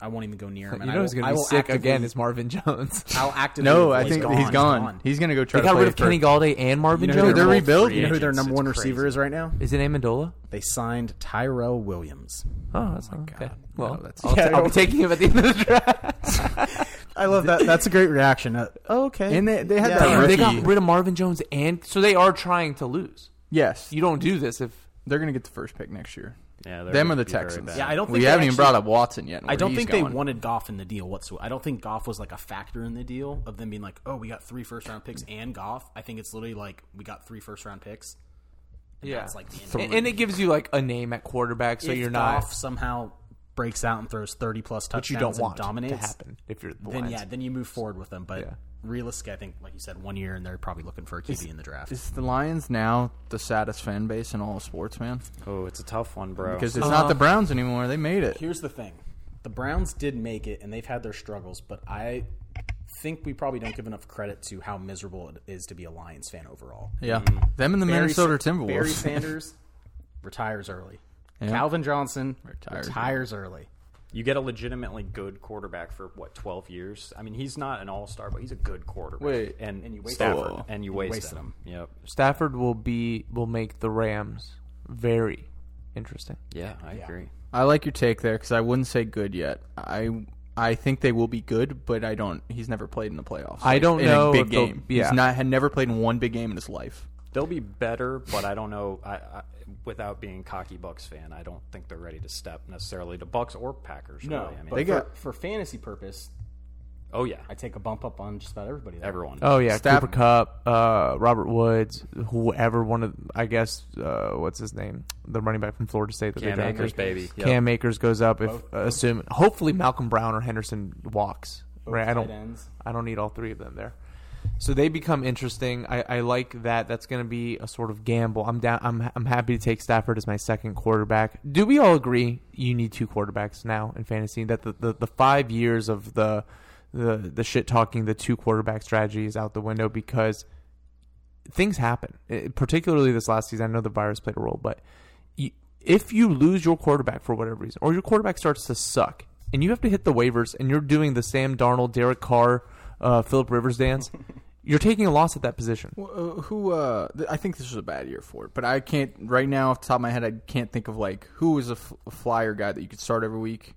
E: I won't even go near him.
B: You
E: And I
B: know
E: will-
B: who's going
E: I
B: to be
E: will
B: sick
E: actively-
B: again is Marvin Jones.
E: I'll actively.
C: No, I
E: he's
C: think
E: gone,
C: he's gone. He's gonna go try.
B: they got
C: to
B: rid
C: play
B: of Kenny
C: for-
B: Galladay and Marvin
E: You know,
B: Jones.
E: who
C: they're
E: their-
C: rebuilding.
E: You know who their
D: It's
E: number one
D: crazy.
E: receiver is right now?
B: Is it Amendola?
E: They signed Tyrell Williams.
B: Oh, that's not bad. Well,
C: No, that's-
B: I'll, ta- I'll be taking him at the end of the draft.
E: I love that. That's a great reaction. Uh, okay.
C: And they they had
E: Yeah.
C: that
B: Damn, they
C: rookie.
B: got rid of Marvin Jones, and so they are trying to lose.
C: yes,
B: You don't do this if
C: they're gonna get the first pick next year.
D: Yeah, they're
C: Them
D: gonna
C: or the
D: be very
C: Texans.
D: bad.
E: Yeah, I don't think
C: we
E: they
C: haven't even
E: actually-
C: brought up Watson yet. and
E: I
C: where
E: don't
C: he's
E: think they
C: going.
E: wanted Goff in the deal whatsoever. I don't think Goff was like a factor in the deal of them being like, oh, we got three first round picks and Goff. I think it's literally like we got three first round picks.
B: yeah,
E: That's like the end.
B: and, and it gives you like a name at quarterback, so
E: if
B: you're not
E: Goff somehow breaks out and throws thirty plus
B: what
E: touchdowns
B: you don't want
E: and dominates.
B: to happen if you're the
E: Then
B: Lions.
E: yeah, then you move forward with them. But
B: Yeah.
E: realistically, I think like you said, one year and they're probably looking for a QB in the draft.
C: Is the Lions now the saddest fan base in all of sports, man?
D: Oh, it's a tough one, bro.
C: Because it's
E: Uh-huh.
C: not the Browns anymore. They made it.
E: Here's the thing. The Browns did make it and they've had their struggles, but I think we probably don't give enough credit to how miserable it is to be a Lions fan overall.
C: Yeah, them and the
E: Barry
C: Minnesota
E: Sa-
C: Timberwolves.
E: Barry Sanders retires early. Calvin Johnson retires, early.
D: you get a legitimately good quarterback for what twelve years. I mean, he's not an all-star, but he's a good quarterback.
C: Wait.
D: and, and you
E: wasted
D: Stafford,
C: him.
D: and you
E: You
D: wasted,
E: wasted
D: him. Yep.
B: Stafford will be will make the Rams very Interesting.
D: Yeah, I
E: Yeah.
D: agree.
C: I like your take there because I wouldn't say good yet. I I think they will be good, but I don't. He's never played in the playoffs.
B: I don't
C: in
B: know
C: a big
B: if they'll-
C: game.
B: yeah.
C: He's not had never played in one big game in his life.
D: They'll be better, but I don't know. I, I without being cocky Bucks fan, I don't think they're ready to step necessarily to Bucks or Packers.
E: No,
D: really. I mean,
E: but
C: They
E: for,
C: got-
E: for fantasy purpose,
D: oh yeah,
E: I take a bump up on just about everybody. There.
D: everyone.
B: Oh yeah,
C: Stab-
B: Cooper Cup, uh, Robert Woods, whoever one of I guess uh, what's his name, the running back from Florida State that they
D: Cam
B: drafted.
D: Akers, baby. Yep.
B: Cam Akers goes up if uh, assume hopefully Malcolm Brown or Henderson walks. Right, I
E: tight
B: don't
E: ends.
B: I don't need all three of them there. So they become interesting. I, I like that. That's going to be a sort of gamble. I'm down. I'm I'm happy to take Stafford as my second quarterback. Do we all agree you need two quarterbacks now in fantasy? That the, the, the five years of the the the shit talking, the two quarterback strategy is out the window because things happen. Eh, particularly this last season, I know the virus played a role, but you, if you lose your quarterback for whatever reason, or your quarterback starts to suck, and you have to hit the waivers, and you're doing the Sam Darnold, Derek Carr, uh, Philip Rivers dance, you're taking a loss at that position.
C: Well, uh, who? Uh, th- I think this was a bad year for it, but I can't right now off the top of my head. I can't think of like who is a, f- a flyer guy that you could start every week.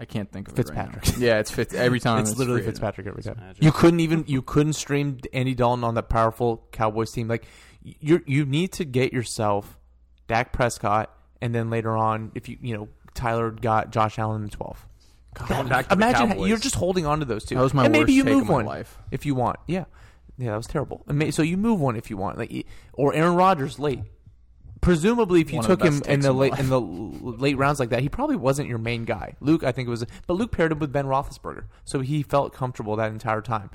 C: I can't think of it right now.
B: Fitzpatrick.
C: yeah, it's Fitz every time.
B: it's literally
C: free agent.
B: Fitzpatrick every time. You couldn't even you couldn't stream Andy Dalton on that powerful Cowboys team. Like you you need to get yourself Dak Prescott, and then later on, if you you know Tyler got Josh Allen in twelve.
D: Going back to the
B: Imagine
D: Cowboys.
B: you're just holding on to those two.
C: That was my
B: and maybe
C: worst
B: you
C: take
B: move
C: of my
B: one
C: life.
B: if you want. Yeah, yeah, that was terrible. And may, so you move one if you want, like y- or Aaron Rodgers late. Presumably, if you
C: One of the
B: took him
C: best
B: in
C: takes
B: the
C: of my
B: late
C: life.
B: in the l- late rounds like that, he probably wasn't your main guy. Luke, I think it was, but Luke paired him with Ben Roethlisberger, so he felt comfortable that entire time.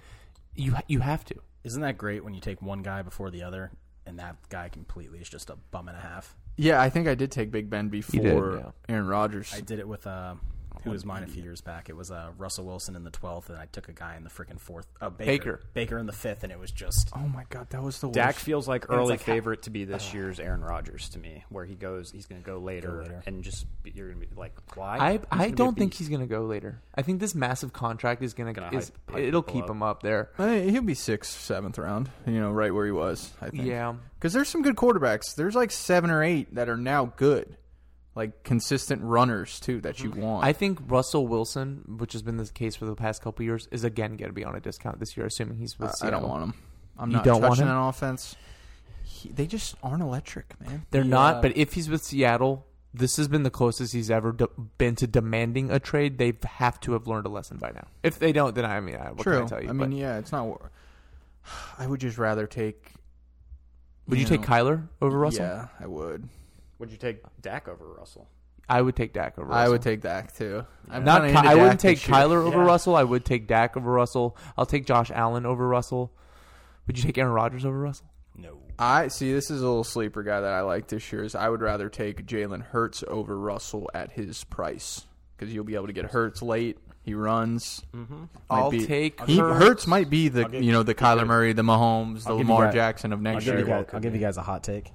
B: You you have to.
E: Isn't that great when you take one guy before the other, and that guy completely is just a bum and a half?
C: Yeah, I think I did take Big Ben before
B: did,
C: Aaron Rodgers.
E: I did it with uh, who was mine a few years back. It was uh, Russell Wilson in the twelfth, and I took a guy in the freaking fourth. Uh, Baker,
B: Baker.
E: in the fifth, and it was just
C: oh my god, that was the
D: Dak
C: worst.
D: feels like
E: it's
D: early
E: like ha-
D: favorite to be this year's Aaron Rodgers to me, where he goes, he's going to go later,
E: later.
D: and just be- you're going to be like, why?
B: I
D: He's gonna
B: I
D: be a
B: don't think
D: beast.
B: he's gonna go later. I think this massive contract is gonna,
D: Gonna
B: is,
D: hype- hype
B: it'll
D: people
B: keep
D: up.
B: him up there.
C: I think he'll be sixth, seventh round. You know, right where he was. I think.
B: Yeah.
C: because there's some good quarterbacks. There's like seven or eight that are now good, like consistent runners too that you want.
B: Mm-hmm. I think Russell Wilson, which has been the case for the past couple years, is again going to be on a discount this year, assuming he's with
C: I, I
B: Seattle.
C: don't want him. I'm
B: You
C: not
B: don't want
C: touching
B: him?
C: an offense. He, they just aren't electric, man.
B: They're
E: Yeah.
B: not, but if he's with Seattle, this has been the closest he's ever de- been to demanding a trade. They have to have learned a lesson by now. If they don't, then I mean, I, what
C: True.
B: can I tell you?
C: I mean,
B: But
C: yeah, it's not. wor- I would just rather take.
B: would you take
C: know,
B: Kyler over Russell?
C: Yeah, I would.
D: Would you take Dak over Russell?
B: I would take Dak over. Russell.
C: I would take Dak too. I'm
B: Not.
C: kinda
B: Ky-
C: into
B: I wouldn't
C: Dak
B: take
C: this year.
B: Kyler over
D: Yeah.
B: Russell. I would take Dak over Russell. I'll take Josh Allen over Russell. Would you take Aaron Rodgers over Russell?
E: no.
C: I see. This is a little sleeper guy that I like this year. Is I would rather take Jalen Hurts over Russell at his price because you'll be able to get Hurts late. He runs. Mm-hmm.
B: I'll take
C: he,
B: Hurts.
C: Hurts. might be the you know the Kyler Murray, the Mahomes, the
E: give you
C: Lamar
E: guys-
C: Jackson of
E: I'll
C: next
E: give, you
C: year.
E: guys, I'll give you guys a hot take.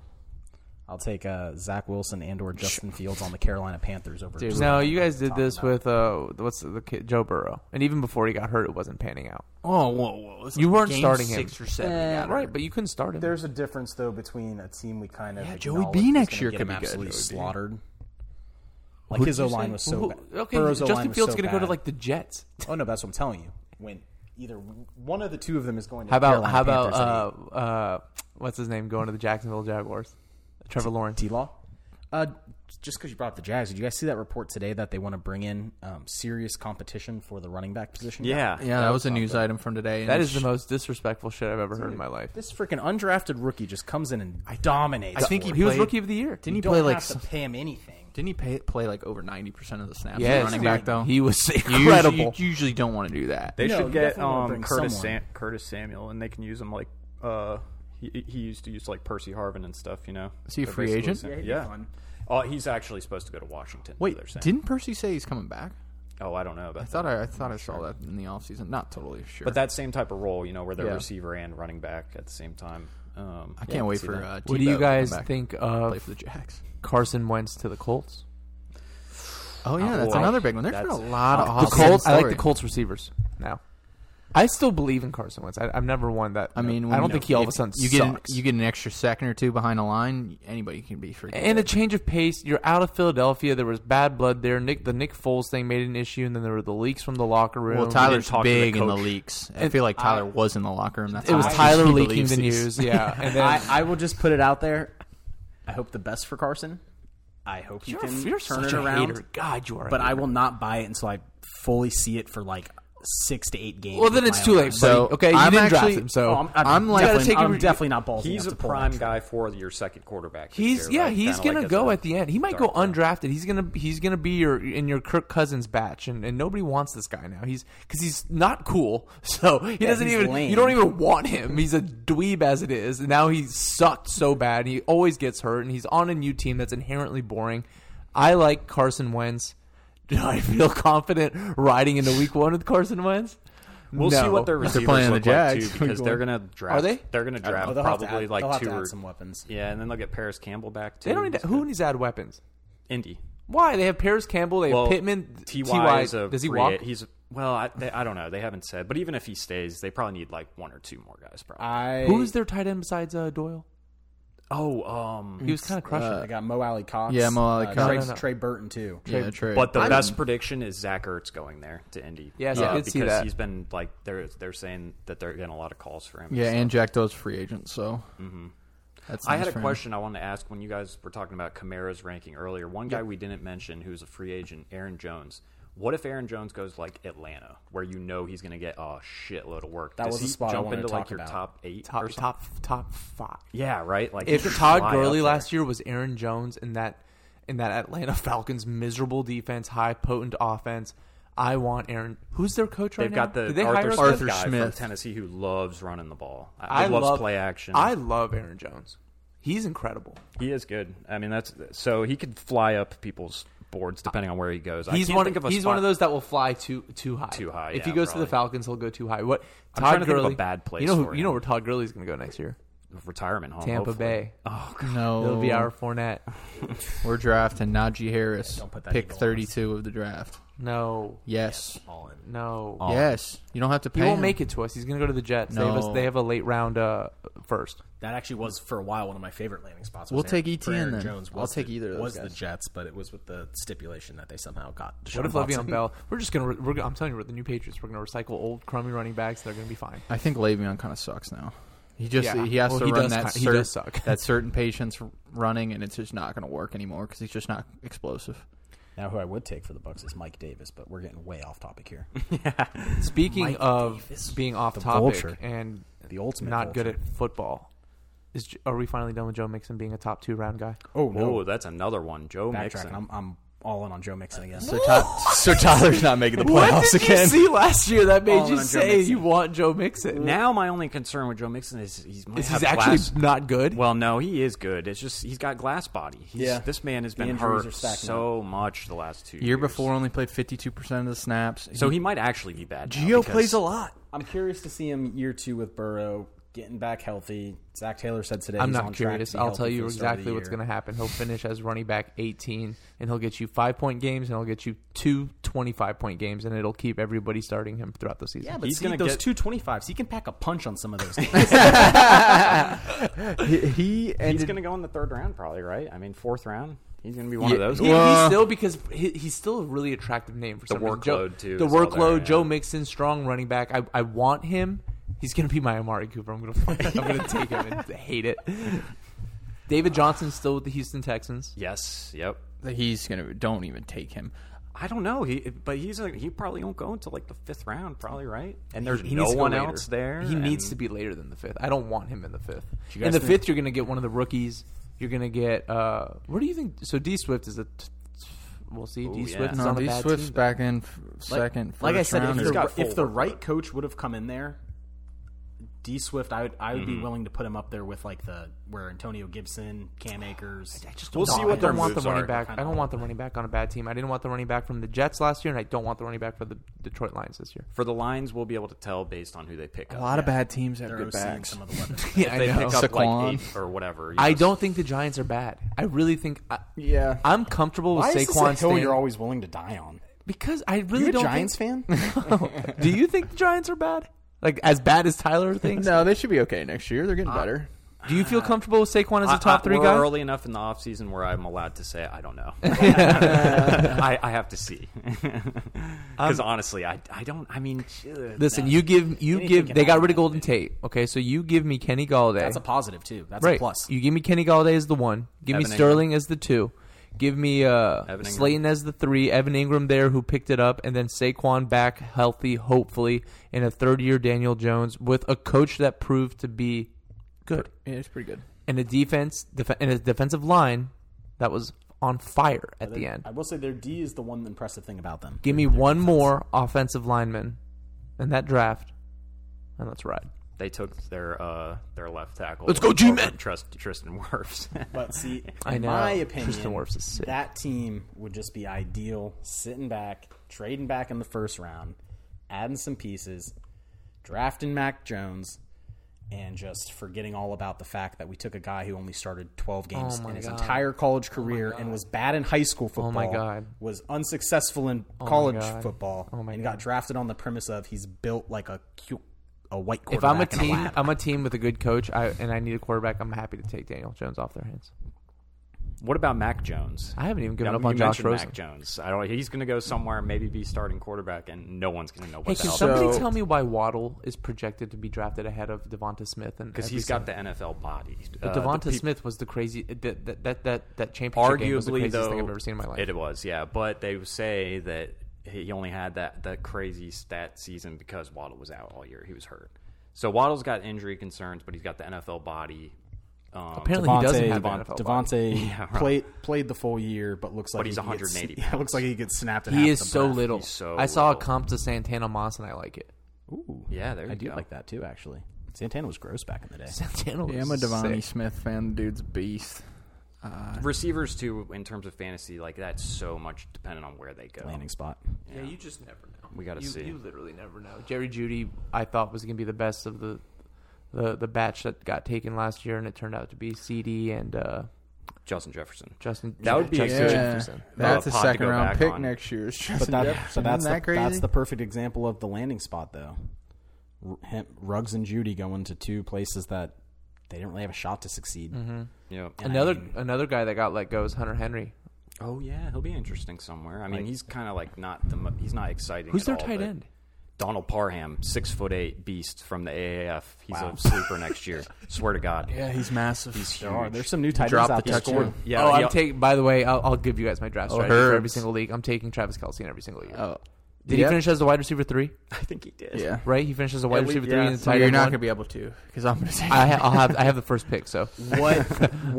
E: I'll take uh, Zach Wilson and or Justin Fields on the Carolina Panthers over.
C: Dude,
B: No, you guys did
E: Talking
B: this
E: about-
B: with uh, what's the kid Joe Burrow, and even before he got hurt, it wasn't panning out.
C: Oh, whoa, whoa!
B: You weren't starting him,
C: six or seven.
E: Eh,
C: yeah,
B: right? But you couldn't start him.
E: There's a difference though between a team we kind of
C: Yeah, Joey
E: acknowledge
C: B
E: is
C: next
E: gonna
C: year
E: get
C: could
E: him
C: be good,
E: absolutely
C: Joey B.
E: slaughtered. Like
B: Who'd
E: his
B: you
E: O line
B: say?
E: was so
B: Who-
E: bad.
B: Okay,
E: Burrow's O-line
B: Justin
E: was
B: Fields
E: so
B: gonna go to
E: bad.
B: like the Jets.
E: Oh no, that's what I'm telling you. When either one of the two of them is going to
B: How about
E: Carolina
B: how about
E: Panthers at eight.
B: uh, uh, what's his name going to the Jacksonville Jaguars? Trevor Lawrence.
E: T Law. Uh, just because you brought up the Jags, did you guys see that report today that they want to bring in um, serious competition for the running back position?
D: Yeah,
C: yeah, that was a news item from today. and
B: That
C: it's-
B: is the most disrespectful shit I've ever heard in my life.
E: This freaking undrafted rookie just comes in and dominates.
C: I think he,
B: He was
C: played-
B: rookie of the year.
C: Didn't
E: you
C: he
E: don't
C: play
E: have
C: like?
E: to
C: s-
E: pay him anything.
C: Didn't he pay, play like over ninety percent of the snaps?
B: Yes,
C: running
B: dude.
C: back though.
B: He was
C: You usually-
B: incredible.
C: you usually don't want to do that.
D: They
E: No,
D: should
E: you
D: get
E: definitely wanna
D: um,
E: bring
D: Curtis
E: someone.
D: Sam- Curtis Samuel, and they can use him like uh, he he used to use like Percy Harvin and stuff. You know,
C: Is he a
D: They're
C: free
D: basically
C: agent?
D: the same-
E: Yeah, he'd be
D: yeah.
E: fun.
D: Oh, he's actually supposed to go to Washington.
C: Wait,
D: they're saying.
C: didn't Percy say he's coming back?
D: oh, I don't know about
C: I thought I, I thought I saw that in the offseason. Not totally sure.
D: But that same type of role, you know, where they're
C: Yeah.
D: receiver and running back at the same time. Um,
C: I can't wait for. Uh,
B: What do you
C: Tebow to come
B: guys
C: back
B: think
C: and play
B: of
C: for the Jacks?
B: Carson Wentz to the Colts?
C: Oh yeah,
D: Oh,
C: that's Oh,
D: wow.
C: another big one. There's been a
D: That's-
C: lot of
B: The
C: awesome
B: Colts. I like the
C: stories.
B: Colts receivers now. I still believe in Carson Wentz. I, I've never won that.
C: I mean,
B: I don't
C: when-
B: think he all of
C: if
B: a sudden
C: you get an,
B: sucks.
C: you get an extra second or two behind a line. Anybody can be freaking.
B: and a change of pace. You're out of Philadelphia. There was bad blood there. Nick, the Nick Foles thing made an issue, and then there were the leaks from the locker room.
C: well,
B: Tyler.
C: Tyler's
D: talk to the
C: big in the
D: coach.
C: leaks. I
B: And
C: feel like Tyler
D: I-
C: was in the locker room. That's
B: It was
C: how-
B: Tyler
C: he
B: leaking
C: believes
B: the
C: these.
B: news. Yeah, and then
E: I, I will just put it out there. I hope the best for Carson. I hope you
B: you're,
E: can
B: you're
E: turn
B: such
E: it
B: a
E: around.
B: hater. God, you are. a
E: But I
B: hater.
E: will not buy it until I fully see it for like six to eight games.
B: Well, then
E: with
B: it's
E: my
B: too
E: own
B: late.
E: eyes.
B: So
C: So,
B: okay, you
C: I'm
B: didn't draft
C: actually-
B: him, so
E: Oh, I'm, I'm,
C: I'm
E: I'm,
C: like-
E: definitely,
B: take
E: I'm
B: your-
E: definitely not ballsy.
D: He's
E: enough
D: a
E: to pull
D: prime
E: that
D: guy for your second quarterback. this
B: He's
D: year,
B: yeah,
D: right?
B: he's
D: Kinda
B: gonna
D: like as
B: go
D: a
B: at the end. He might go
D: dark horse.
B: undrafted. He's gonna he's gonna be your in your Kirk Cousins batch, and, and nobody wants this guy now. He's because he's not cool, so he doesn't
E: he's
B: even
E: lame.
B: you don't even want him. He's a dweeb as it is, and now he sucked so bad. He always gets hurt, and he's on a new team that's inherently boring. I like Carson Wentz. Do I feel confident riding into Week One with Carson Wentz?
D: We'll see
B: No.
D: what their receivers
C: playing the
D: look
C: Jags.
D: like too, because they're gonna draft.
B: Are they?
D: They're gonna draft
E: Oh, they'll have to
D: probably
E: add-
D: like
E: they'll have
D: two.
E: to add
D: or-
E: some weapons.
D: Yeah, and then they'll get Paris Campbell back too.
B: They don't need to, who needs to add weapons.
D: Indy.
B: Why they have Paris Campbell, they have Pittman,
D: Ty, is a
B: Does he
D: free-
B: walk?
D: He's well. I, they, I don't know. They haven't said. But even if he stays, they probably need like one or two more guys. Probably.
E: I
B: Who's their tight end besides uh, Doyle?
D: oh, um.
B: He was kind of crushing.
E: I got Mo Alley Cox.
C: Yeah, Mo Alley
E: uh,
C: Cox.
E: Trey,
B: No, no, no.
E: Trey Burton too.
C: Yeah, true.
D: But the
B: I'm-
D: best prediction is Zach Ertz going there to Indy. Uh,
B: Yes, I did see
D: because
B: that.
D: he's been like they're they're saying that they're getting a lot of calls for him.
C: yeah,
D: So-
C: and Jack Doe's free agent, so Mm-hmm. that's.
D: I
C: nice
D: had a
C: for him.
D: question I wanted to ask when you guys were talking about Kamara's ranking earlier. One guy we didn't mention who's a free agent, Aaron Jones. What if Aaron Jones goes like Atlanta, where you know he's going to get a shitload of work?
E: That
D: Does
E: was the
D: he
E: spot I
D: jump
E: wanted to
D: into like
E: talk
D: your
E: about.
D: top eight
B: top,
D: or something?
B: top, top five.
D: Yeah, right. Like he
B: If
D: could
B: Todd
D: fly
B: Gurley
D: up there.
B: last year was Aaron Jones in that in that Atlanta Falcons miserable defense, high potent offense, I want Aaron. Who's their coach right
D: they've got
B: now?
D: the
B: Did they hire
D: Arthur,
B: a
D: Smith,
B: coach?
C: Arthur
D: guy from
C: Smith.
D: Tennessee who loves running the ball.
B: I
D: He loves play action.
B: I love Aaron Jones. He's incredible.
D: he is good. I mean, that's so he could fly up people's boards depending on where he goes. I
B: He's
D: can't
B: one.
D: think of a
B: he's one
D: spot-
B: of those that will fly too too high.
D: Too high,
B: If he
D: yeah,
B: goes to the
D: probably.
B: Falcons, he'll go too high. What?
D: I'm
B: Todd
D: trying to think of a
B: Gurley,
D: bad place
B: You know, who-
D: for
B: you know
D: him.
B: where Todd Gurley's going to go next year?
D: retirement home.
B: Tampa
D: hopefully. Oh.
B: Bay.
C: No,
B: It'll be our Fournette.
C: We're drafting Najee Harris,
E: don't put that
C: pick
E: Eagle on us.
C: 32 of the draft.
B: No,
C: Yes,
E: All in.
B: no.
C: yes. You don't have to pay.
B: He won't
C: him.
B: make it to us. He's going to go to the Jets. They, have a,
C: No.
B: they have a late round uh, first.
E: That actually was for a while one of my favorite landing spots. was
C: We'll
E: Aaron-
C: take
E: for
C: ETN
E: Aaron
C: then.
E: Jones
C: I'll
E: was
C: take
E: the-
C: either of those
E: Was the
C: guys.
E: Jets, but it was with the stipulation that they somehow got.
B: What
E: Deshaun
B: if Le'Veon
E: Watson.
B: Bell? We're just going to. We're, I'm telling you, we're the new Patriots. We're going to recycle old crummy running backs. They're going to be fine.
C: I think Le'Veon kind of sucks now. He just
B: Yeah.
C: he has
B: Well,
C: to
B: he
C: run
B: does
C: that
B: ki- he
C: cer-
B: does suck.
C: that certain patience r- running, and it's just not going to work anymore because he's just not explosive.
E: Now, who I would take for the Bucks is Mike Davis, but we're getting way off topic here.
B: Speaking
E: Mike
B: of
E: Davis,
B: being off
E: the
B: topic
E: vulture.
B: and
E: The ultimate
B: not good
E: vulture.
B: at football, is J- are we finally done with Joe Mixon being a top two round guy?
E: Oh
D: Whoa, that's another one. Joe
E: backtracking.
D: Mixon.
E: I'm, I'm all in on Joe Mixon again.
C: So, Ty- so Tyler's not making the
B: What
C: playoffs
B: did
C: again.
B: you see last year that made
D: All
B: you
D: in on Joe
B: say
D: Mixon.
B: you want Joe Mixon?
D: Now my only concern with Joe Mixon is he's might
B: Is
D: have
B: he's actually
D: glass-
B: not good?
D: Well, no, he is good. It's just he's got glass body. He's,
E: Yeah.
D: this man has
E: The
D: been
E: injuries are
D: hurt
E: stacking
D: so much the last two
C: Year
D: years.
C: before, only played 52 percent of the snaps.
D: so he might actually be bad. now
C: Geo
D: because-
C: plays a lot.
E: I'm curious to see him year two with Burrow getting back healthy. Zach Taylor said today.
B: I'm
E: he's
B: not
E: on track
B: curious.
E: to be
B: I'll
E: healthy
B: tell
E: for
B: you
E: the start of
B: exactly
E: the
B: what's
E: year.
B: going to happen. He'll finish as running back 18, and he'll get you five point games, and he'll get you two 25 point games, and it'll keep everybody starting him throughout the season.
E: Yeah, but
D: He's
E: see,
D: gonna
E: those
D: get-
E: two twenty fives. He can pack a punch on some of those.
C: He, he
D: He's
C: ended
D: going to go in the third round, probably. Right? I mean, fourth round. He's going to be one
C: Yeah.
D: of those.
B: He,
D: guys.
B: he's
C: Well-
B: still because he, he's still a really attractive name for
D: The
B: some reason. Joe-
D: workload, too,
B: The
D: is all there,
B: workload,
D: yeah.
B: Joe Mixon, strong running back. I, I want him. He's gonna be my Amari Cooper. I'm gonna I'm gonna take him and hate it. David Johnson's still with the Houston Texans.
D: Yes. Yep.
C: he's gonna don't even take him.
D: I don't know. He, but he's a, he probably won't go until like the fifth round, probably. Right? And there's
B: He- he
D: no
B: needs to go
D: one
B: later.
D: else there.
B: He
D: and-
B: needs to be later than the fifth. I don't want him in the fifth.
E: you
B: In
E: guys
B: the
E: think-
B: fifth, you're gonna get one of the rookies. You're gonna get uh, where do you think? So D Swift is a. T- t- we'll see. D Swift
D: yeah.
B: is
C: No,
B: on a
C: D
B: bad
C: Swift's
B: team, though.
C: back in f- second.
E: like, like I
C: first
E: said, if
C: rounder.
D: He's
E: the,
D: got full
E: if the
D: workload.
E: right coach would have come in there, D Swift, I would I would be willing to put him up there with like the where Antonio Gibson, Cam Akers. I just
D: We'll
B: No,
D: see what
B: I
D: their
B: don't want the
D: moves
B: running
D: are.
B: back. I
E: Kinda
B: don't want the running back on a bad team. I didn't want the running back from the Jets last year, and I don't want the running back for the Detroit Lions this year.
D: For the lines, we'll be able to tell based on who they pick
C: a
D: up.
C: lot of bad teams have
E: They're
C: good
E: OCing
C: backs.
E: some of the weapons.
B: Yeah,
D: If they pick up
C: Saquon.
D: like eight or whatever. you
B: I
D: just-
B: don't think the Giants are bad. I really think. I,
E: Yeah.
B: I'm comfortable with
E: Why is this a
B: Saquon
E: hill
B: staying
E: you're always willing to die on?
B: because I really
E: You a
B: don't.
E: Giants fan?
B: fan? Do you think the Giants are bad? Like as bad as Tyler thinks.
C: No, they should be okay next year. They're getting
B: Uh,
C: better.
B: Do you feel comfortable with Saquon as
D: I-
B: a top
D: I-
B: three
D: we're
B: guy?
D: early enough in the offseason where I'm allowed to say I don't know. I, I have to see because
B: Um,
D: honestly, I, I don't. I mean, ugh,
B: Listen,
D: no.
B: you give you
E: Anything
B: give.
E: can
B: They got
E: happen,
B: rid of Golden Tate. Okay, so you give me Kenny Galladay.
E: That's a positive too. That's
B: right.
E: a plus.
B: You give me Kenny Galladay as the one. Give me
D: Evan Ingram.
B: Sterling as the two. Give me uh,
D: Evan Ingram.
B: Slayton as the three. Evan Ingram there who picked it up, and then Saquon back healthy, hopefully, and a third year Daniel Jones with a coach that proved to be good
C: Yeah, it's pretty good.
B: and a defense def- and a defensive line that was on fire at the end.
E: I will say their D is the one impressive thing about them.
B: Give me one more offensive lineman in that draft, and let's ride.
D: they took their uh, their left tackle.
B: Let's go, G-Man!
D: over Trust Tristan Wirfs.
E: But see,
B: I
E: in
B: know.
E: my
B: Tristan
E: opinion,
B: Wirfs is sick.
E: that team would just be ideal sitting back, trading back in the first round, adding some pieces, drafting Mac Jones, and just forgetting all about the fact that we took a guy who only started 12 games
B: Oh my
E: in his
B: God. Oh
E: entire college career and was bad in high school football.
B: my God. Oh
E: Was unsuccessful in college
B: God.
E: football
B: Oh my
E: and
B: God.
E: got drafted on the premise of he's built like a cu- a white
B: If I'm a
E: quarterback. in
B: team,
E: lab.
B: I'm a team with a good coach, I, and I need a quarterback. I'm happy to take Daniel Jones off their hands.
D: what about Mac Jones?
B: I haven't even given
D: Yeah,
B: up
D: you
B: on Josh
D: mentioned
B: Rosen.
D: Mac Jones. I don't. He's going to go somewhere, maybe be starting quarterback, and no one's going to know what
B: Hey,
D: the
B: can
D: hell.
B: somebody
C: So-
B: tell me why Waddle is projected to be drafted ahead of Devonta Smith?
D: because he's got the NFL body. Uh, the
B: Devonta
D: peop-
B: Smith was the crazy that that that that, that championship game was the
D: arguably
B: craziest
D: though
B: thing I've ever seen in my life.
D: it was yeah but they say that he only had that that crazy stat season because waddle was out all year he was hurt so waddle's got injury concerns but he's got the nfl body um,
B: Apparently,
E: Devontae,
B: he doesn't have an NFL body.
E: Devontae
D: Yeah, right.
E: played played the full year, but looks like
D: he's
E: he gets-
D: 180
E: yeah, looks like he gets snapped. In half
B: He is
E: the
B: so
E: breath.
B: little.
D: He's so
B: I saw
D: little.
B: a comp to Santana Moss, and I like it.
E: Ooh,
D: Yeah, there
E: I
D: you
E: do
D: go.
E: like that too. Actually, Santana was gross back in the day.
B: Santana was
C: Yeah, I'm a Devontae
B: sick.
C: Smith fan. The dude's a beast.
D: receivers too in terms of fantasy like that's so much dependent on where they go
E: Landing spot.
B: Yeah, you just never know.
D: We gotta
B: You-
D: see.
B: You literally never know. Jerry Judy, I thought was gonna be the best of the the the batch that got taken last year, and it turned out to be CD and uh,
D: justin jefferson
B: Justin.
D: That would be
B: Justin
D: good.
B: Jefferson.
C: That's
D: Uh,
C: a
D: pod to
C: second
D: go
C: round
D: back
C: pick
D: on.
C: next year. It's
E: But
C: Justin
E: that,
C: Jefferson.
E: but that's
C: Isn't that
E: the,
C: crazy?
E: that's the perfect example of the landing spot, though. R- him, Ruggs and Judy going to two places that they didn't really have a shot to succeed.
B: Mm-hmm.
D: you know
E: And I
B: Another
E: mean-
B: another guy that got let go is Hunter Henry.
D: oh yeah he'll be interesting somewhere i mean
E: Like-
D: he's kind of like not the mo- he's not exciting
B: Who's
D: at
B: their
D: all,
B: tight
D: but
B: end?
D: donald parham six foot eight beast from the aaf he's
E: Wow.
D: a sleeper next year swear to god
C: yeah, he's massive.
D: he's huge
E: There are there's some new tight ends
C: dropped
E: out
C: the
E: there.
C: touchdown.
E: too.
D: yeah
B: oh,
D: he-
B: I'm taking. By the way, I'll, I'll give you guys my draft
C: Oh,
B: strategy for every
C: Herbs.
B: single league. I'm taking Travis Kelsey in every single year.
C: Oh,
B: Did
C: Yep.
B: he finish as the wide receiver three?
D: I think he did.
C: Yeah.
B: Right, he finished as a wide
D: least-
B: receiver three.
D: yeah.
B: And
D: So
B: tight
C: you're
B: end
C: not
B: one?
C: gonna be able to because I'm gonna take.
B: I ha- I'll have I have the first pick. So
E: What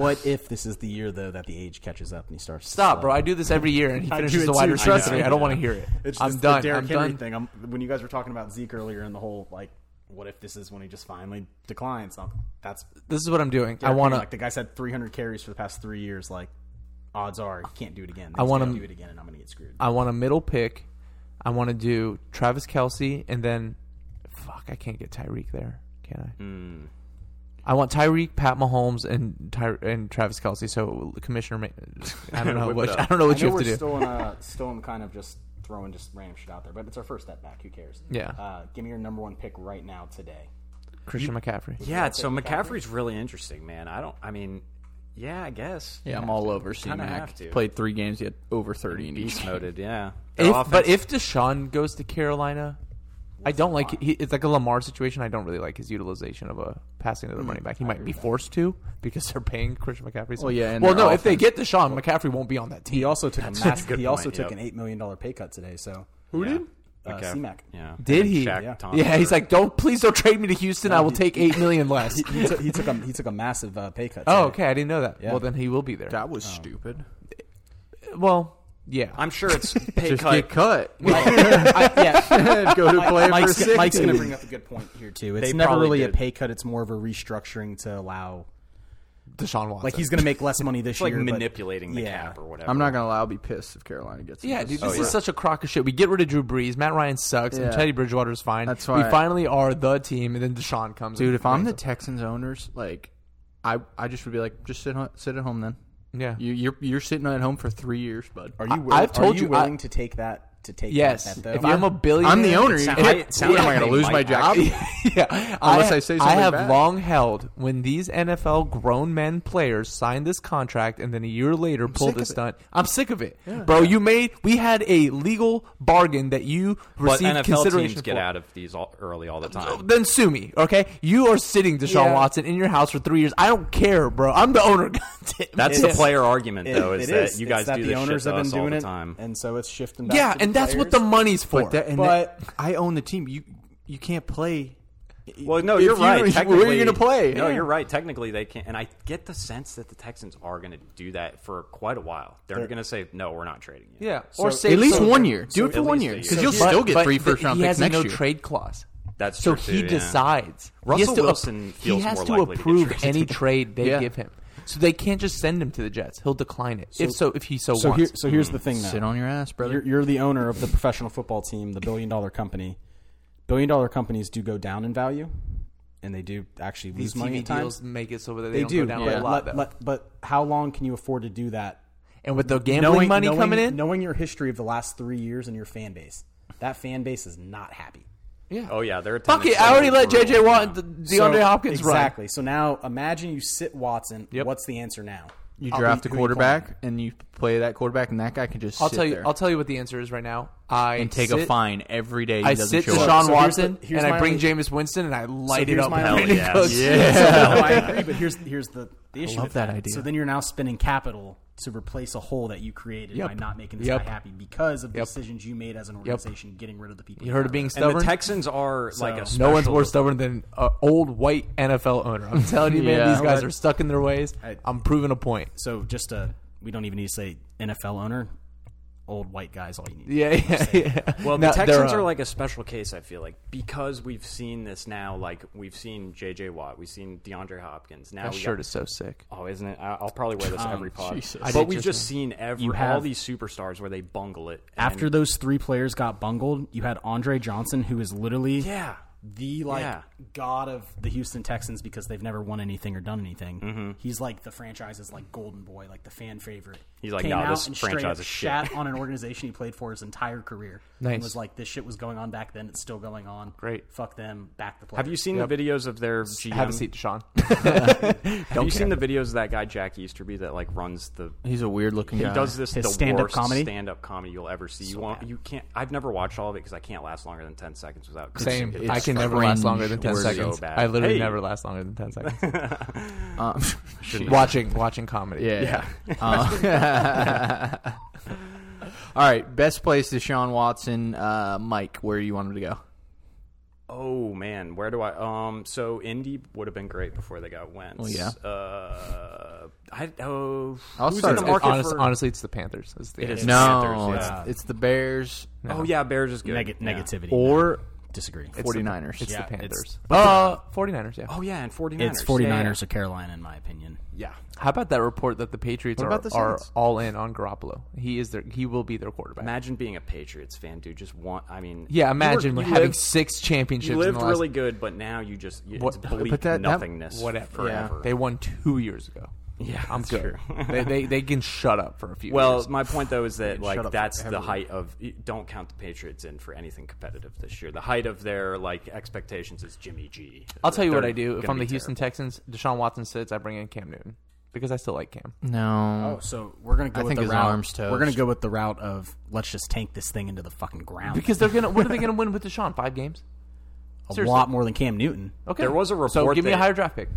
E: what if this is the year though that the age catches up and he starts? to
B: stop,
E: slow?
B: bro. I do this every year, and he
E: I do
B: finishes
E: it
B: the wide
E: too,
B: receiver
E: trust
B: three.
E: me.
B: I don't want to hear it.
E: It's
B: I'm
E: just
B: done.
E: The Derrick
B: I'm
E: Henry
B: done.
E: thing. I'm, when you guys were talking about Zeke earlier and the whole like, what if this is when he just finally declines? Now, that's
B: This is what I'm doing. I
E: Derrick
B: want
E: Henry. like
B: to.
E: the guy's had 300 carries for the past three years. Like, odds are he can't do it again.
B: I
E: He's
B: want
E: gonna
B: him-
E: do it again, and I'm gonna get screwed.
B: I want a middle pick. I want to do Travis Kelsey, and then fuck, I can't get Tyreek there, can I?
D: Hmm.
B: I want Tyreek, Pat Mahomes, and Ty- and Travis Kelsey. So Commissioner, Ma- I don't know
D: Whip
B: what
D: it up.
B: I don't know what you have
E: we're
B: to do.
E: still in a, still in kind of just throwing just random shit out there, but it's our first step back. Who cares?
B: Yeah.
E: Uh, give me your number one pick right now today.
B: Christian McCaffrey.
D: Yeah, so McCaffrey's really interesting, man. I don't. I mean, yeah, I guess.
C: yeah, I'm all over C
D: have
C: Mac.
D: to.
C: Played three games, he had over 30 in each.
D: beast moded. Yeah, Their
B: If, but
D: offense-
B: if Deshaun goes to Carolina, I don't like. He, it's like a Lamar situation. I don't really like his utilization of a passing
D: Mm-hmm.
B: to the running back. He might be forced to because they're paying Christian McCaffrey. so
C: Well, yeah,
B: much.
C: and
B: Well,
C: their
B: no. If they get Deshaun, McCaffrey won't be on that team.
E: He also took a mass,
D: good
E: he also
D: point,
E: took
D: yep.
E: an eight million dollar pay cut today. So
D: who
C: did?
E: uh,
D: McCaff-
E: C-Mac.
D: Yeah,
B: Did
D: And
B: he?
D: Shaq
E: Yeah.
D: Thompson.
B: Yeah, he's like, don't please don't trade me to Houston. I will
E: he-
B: take eight million less.
E: he, he took, he took a he took a massive uh, pay cut.
B: oh,
E: today.
B: okay. I didn't know that.
E: Yeah.
B: Well, then he will be there.
C: That was stupid.
B: Well, yeah.
D: I'm sure it's pay
C: Just
D: cut.
C: get cut.
E: I- yeah.
C: Go to play for
E: Mike's,
C: six.
E: going to bring up a good point here too. It's
D: They
E: never
D: probably
E: really a
D: did.
E: pay cut. It's more of a restructuring to allow.
B: Deshaun Watson.
E: Like he's going to make less money this
D: It's like
E: year. but-
D: manipulating the
E: yeah.
D: cap or whatever.
C: I'm not gonna lie. I'll be pissed if Carolina gets. him.
B: Yeah, dude, this
D: Oh,
B: is
D: yeah.
B: such a crock of shit. We get rid of Drew Brees, Matt Ryan sucks, and
C: Yeah.
B: Teddy Bridgewater's fine.
C: That's
B: We
C: why-
B: finally are the team, and then Deshaun comes.
C: dude.
B: and
C: If I'm the
B: brings
C: Texans owners, like, I I just would be like, just sit ho- sit at home then.
B: him. yeah,
C: You you're you're sitting at home for three years, bud.
E: Are
B: I-
E: you? Will,
B: I've told
E: are you,
B: you, I-
E: willing to take that to take
B: Yes,
E: like that though.
B: if I'm a billionaire,
C: I'm the owner.
D: It
C: you
D: sound-
C: can't-
D: it sounds
C: what am
D: like
C: I going to
D: they
C: lose
D: might
C: my job?
B: yeah,
C: Unless I say something
B: I have
C: bad.
B: long held when these NFL grown men players signed this contract and then a year later pulled
A: sick
B: this
A: of it.
B: stunt. I'm sick of it, bro. You made we had a legal bargain that you
D: But
B: received
D: NFL
B: consideration
D: teams get
B: for.
D: out of these all, early all the
B: Oh,
D: time.
B: Then sue me, okay? You are sitting Deshaun
E: Yeah.
B: Watson in your house for three years. I don't care, bro. I'm the owner. God damn it.
D: That's the
E: It's-
D: player argument,
E: It-
D: though, is
E: it
D: that
E: is.
D: you
E: It's
D: guys
E: that
D: do
E: the
D: this
E: owners
D: shit to
E: have been
D: us all
E: doing
D: the
E: it,
D: time.
E: and so it's shifting. Back
B: yeah,
E: to the
B: and that's what the
E: players.
B: money's for.
C: But, that, and
E: But-
C: that- I own the team. You you can't play.
D: Well, no,
C: If
D: you're
C: you-
D: right.
C: where are you
D: Technically,
C: gonna play?
D: No,
C: Yeah.
D: you're right. Technically, they can't. And I get the sense that the Texans are going to do that for quite a while. They're
E: They're-
D: going to say, "No, we're not trading you."
B: yeah, or
E: so-
B: save
C: at least
B: some-
C: one year. Do
D: so
C: it for
D: at
C: one
D: least
C: year
D: a year.
C: because
D: So
C: you'll
B: But-
C: still get
B: but
C: three
B: the-
C: first round
B: he
C: picks
B: has a
C: next
B: no
C: year.
B: trade clause.
D: That's
B: so
D: true,
B: he
D: too, yeah.
B: decides.
D: Russell
B: he has to, ap-
D: Wilson feels
B: he has
D: more
B: to
D: likely to get
B: approve
D: traded.
B: any trade they
C: Yeah.
B: give him. So they can't just send him to the Jets. He'll decline it if so if he so,
E: So here,
B: wants.
E: so here's the Hmm. thing. Though.
C: Sit on your ass, brother.
E: You're, you're the owner of the professional football team, the billion dollar company. Billion dollar companies do go down in value, and they do actually lose
B: These
E: money
B: TV
E: at times.
B: deals make it so that they,
E: they
B: don't
E: do,
B: go down
E: but,
B: a lot.
E: let-
B: though.
E: let- but how long can you afford to do that?
B: and with the gambling
E: knowing,
B: money
E: knowing-
B: coming in,
E: knowing your history of the last three years and your fan base, that fan base is not happy.
B: yeah.
D: Oh yeah, they're a
B: Fuck
D: team
B: it!
D: that's
B: I already
D: totally
B: let JJ
D: brutal.
B: Watt, and DeAndre
E: So-
B: Hopkins run.
E: exactly. So now imagine you sit Watson. What's the answer now?
C: You
E: I'll
C: draft a
E: be- who you
C: quarterback and you play that quarterback, and that guy can just
B: I'll
C: sit
B: tell you.
C: there
B: I'll tell you what the answer is right now. I
C: and take a
B: sit-
C: fine every day. He
B: I
C: doesn't
B: sit
C: show
E: So-
C: up.
B: Deshaun
E: so here's
B: Watson
E: the- here's
B: and I
E: my
B: bring
E: only-
B: Jameis Winston and I light it
E: here's
B: up.
E: my
B: with
E: only-
B: Brandon
D: Hell yeah.
B: Cooks.
E: No, I agree, but here's here's the, the issue.
C: love
E: with
C: that idea.
E: So then you're now spending capital to replace a hole that you created by
B: Yep.
E: not making this
B: Yep.
E: guy happy because of the
B: Yep.
E: decisions you made as an organization getting rid of the people.
B: You heard of being
D: And
B: stubborn?
D: the Texans are like a
E: So-
B: no one's
D: special-
B: more stubborn than an old white NFL owner. I'm telling you, man,
C: Yeah.
B: these guys
E: But-
B: are stuck in their ways. I,
E: I-
B: am proving a point.
E: So just uh we don't even need to say NFL owner, old white guys. All you need.
B: Yeah, yeah, yeah.
D: Well,
B: Now,
D: the
B: they're,
D: Texans
B: uh,
D: are like a special case. I feel like because we've seen this now. Like we've seen JJ Watt, we've seen DeAndre Hopkins. Now
B: That
D: we
B: shirt
D: got,
B: is so sick.
D: Oh, isn't it? I- I'll probably wear this every pod.
C: Jesus. I
D: But
B: did
D: we've
B: just-
D: just seen every
E: You
D: all
E: have-
D: these superstars where they bungle it. and-
E: After those three players got bungled, you had Andre Johnson, who is literally
D: yeah,
E: the like
D: Yeah.
E: god of the Houston Texans because they've never won anything or done anything.
D: Mm-hmm.
E: He's like the franchise's like golden boy, like the fan favorite.
D: He's like,
E: Came
D: "Nah,
E: out
D: this
E: and straight
D: franchise
E: up
D: is shit."
E: Shat on an organization he played for his entire career.
B: Nice.
E: And was like, this shit was going on back then. It's still going on.
B: Great.
E: Fuck them. Back the play.
D: have you seen the videos of their GM?
B: Have a seat, Deshaun.
D: Have you seen the videos of that guy Jack Easterby that like runs the?
C: He's a weird looking guy.
D: He does this
E: Uh, His
D: the
E: stand-up
D: worst
E: comedy?
D: stand-up comedy you'll ever see. You won't. You can't. I've never watched all of it because I can't last longer than ten seconds without.
B: Same.
D: It's-
B: I can never last
C: cringe
B: longer than ten
C: worthy.
B: seconds.
D: So bad.
B: I literally
D: Hey.
B: never last longer than ten seconds.
C: Um,
B: watching, watching comedy.
C: yeah. Uh, all right. Best place to Sean Watson, uh, Mike. Where you want him to go?
D: Oh man, where do I? Um, so Indy would have been great before they got Wentz.
E: Oh,
C: Well, yeah.
D: Uh, I oh,
C: I'll
D: who's
C: start
D: in the
C: it.
D: market
B: honest,
D: for?
B: honestly, it's the Panthers. It's the
D: It is.
C: No,
D: Panthers,
C: it's,
D: yeah.
C: it's the Bears
D: Oh yeah, Bears is good.
E: Neg-
D: Yeah.
E: negativity?
C: or
E: disagree.
C: Forty 49ers.
B: It's
E: Yeah,
B: the
E: it's-
B: Panthers. Uh, 49ers, yeah.
D: Oh yeah, and 49ers.
E: It's
D: Yeah,
E: 49ers or Carolina, in my opinion.
D: Yeah.
B: How about that report that the Patriots
C: What
B: are,
C: about the
B: are
C: Saints?
B: all in on Garoppolo? He is their he will be their quarterback.
D: Imagine being a Patriots fan, dude. Just want. I mean,
B: yeah,
D: you
B: imagine
D: were- you
B: having
D: lived-
B: six championships.
D: You lived
B: in the last,
D: really good, but now you just you,
B: What-
D: it's bleak
C: but that- that-
D: nothingness.
B: whatever.
D: Forever.
B: They won two years ago.
D: Yeah,
B: I'm
D: that's
B: good.
D: true.
B: they, they they can shut up for a few.
D: Well,
B: years.
D: my point though is that
C: shut
D: like
C: up
D: that's the
C: forever.
D: height of you don't count the Patriots in for anything competitive this year. The height of their like expectations is Jimmy G.
B: I'll tell you what
D: They're
B: I do. If
D: gonna
B: I'm the
D: be
B: Houston
D: terrible.
B: Texans, Deshaun Watson sits. I bring in Cam Newton because I still like Cam.
C: no.
E: Oh, so we're gonna go
C: I
E: with
C: think
E: the
C: his
E: route.
C: arm's toast.
E: We're gonna go with the route of let's just tank this thing into the fucking ground.
B: Because they're gonna. what are they gonna win with Deshaun? Five games.
E: a
B: seriously.
E: lot more than Cam Newton.
B: Okay.
D: There was a
B: So
D: report
B: give me a
D: that-
B: higher draft pick.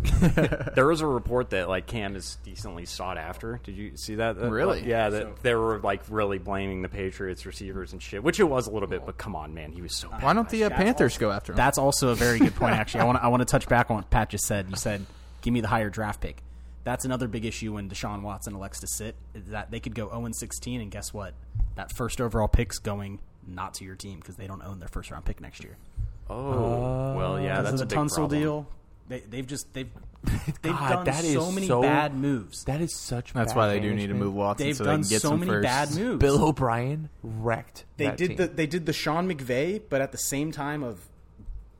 D: There was a report that like Cam is decently sought after. Did you see that? That-
C: Really?
D: yeah, that they were like really blaming the Patriots receivers and shit, which it was a little bit. But come on, man, he was so bad.
C: Why don't the uh, Panthers go after him?
E: That's also a very good point. Actually, I want to I want to touch back on what Pat just said. You said, "Give me the higher draft pick." That's another big issue when Deshaun Watson elects to sit. Is that they could go 0 16, and guess what? That first overall pick's going not to your team because they don't own their first round pick next year.
D: Oh, well, yeah,
E: Because
D: that's a
E: of the
D: big
E: Tunsil
D: problem.
E: deal, they, they've just they've they've
B: God,
E: done
B: that is
E: so many
B: so-
E: bad moves.
B: that is such.
C: That's
B: bad
C: why they do need to
B: management.
C: move Watson
E: They've
C: so they
E: done
C: can get
E: so
C: some
E: many
C: first.
E: bad moves.
B: Bill O'Brien wrecked.
E: they
B: that
E: did
B: team.
E: the they did the Sean McVay, but at the same time of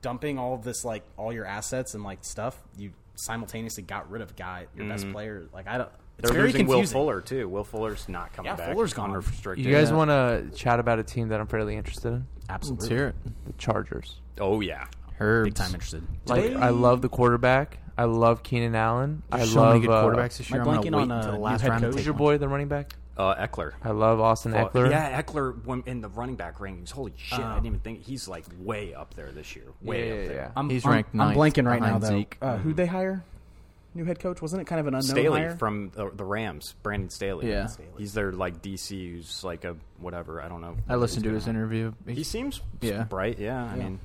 E: dumping all of this like all your assets and like stuff, you simultaneously got rid of guy your best player. Like I don't. It's
D: Mm-hmm. They're
E: very
D: losing Will
E: confusing.
D: Fuller too. Will Fuller's not coming
E: Yeah,
D: back.
E: Fuller's gone.
D: on restricted.
B: You guys want to chat about a team that I'm fairly interested in?
E: Absolutely.
C: it.
B: The Chargers.
D: Oh yeah.
C: Herbs.
E: Big time interested.
B: Like I love the quarterback. I love Keenan Allen. I
C: There's so
B: love
C: many good
B: uh,
C: quarterbacks this
E: am
C: year.
E: I
C: I'm gonna
E: blanking
C: wait
E: on, uh,
C: until the
E: new
C: last
E: head
C: round. to
E: coach?
B: Who's
C: take
B: your
C: one.
B: boy, the running back?
D: Uh, Eckler.
B: I love Austin Eckler.
D: Yeah, Eckler when, in the running back rankings. Holy shit! I
E: Oh.
D: didn't even think he's like way up there this year. Way
B: Yeah,
D: up
B: yeah,
D: there.
B: yeah.
E: I'm,
C: He's
E: I'm-
C: ranked
E: I'm,
C: ninth
E: blanking right now
C: behind
E: though.
C: Zeke. Mm-hmm.
E: Uh, Who'd they hire? New head coach wasn't it kind of an unknown
D: Staley
E: hire?
D: from the, the Rams, Brandon Staley.
C: Yeah.
E: Staley.
D: he's their like DC, who's like a whatever. I don't know.
C: I listened to his
D: interview.
C: interview.
D: He
C: He's,
D: seems
C: Yeah.
D: bright. Yeah, I mean,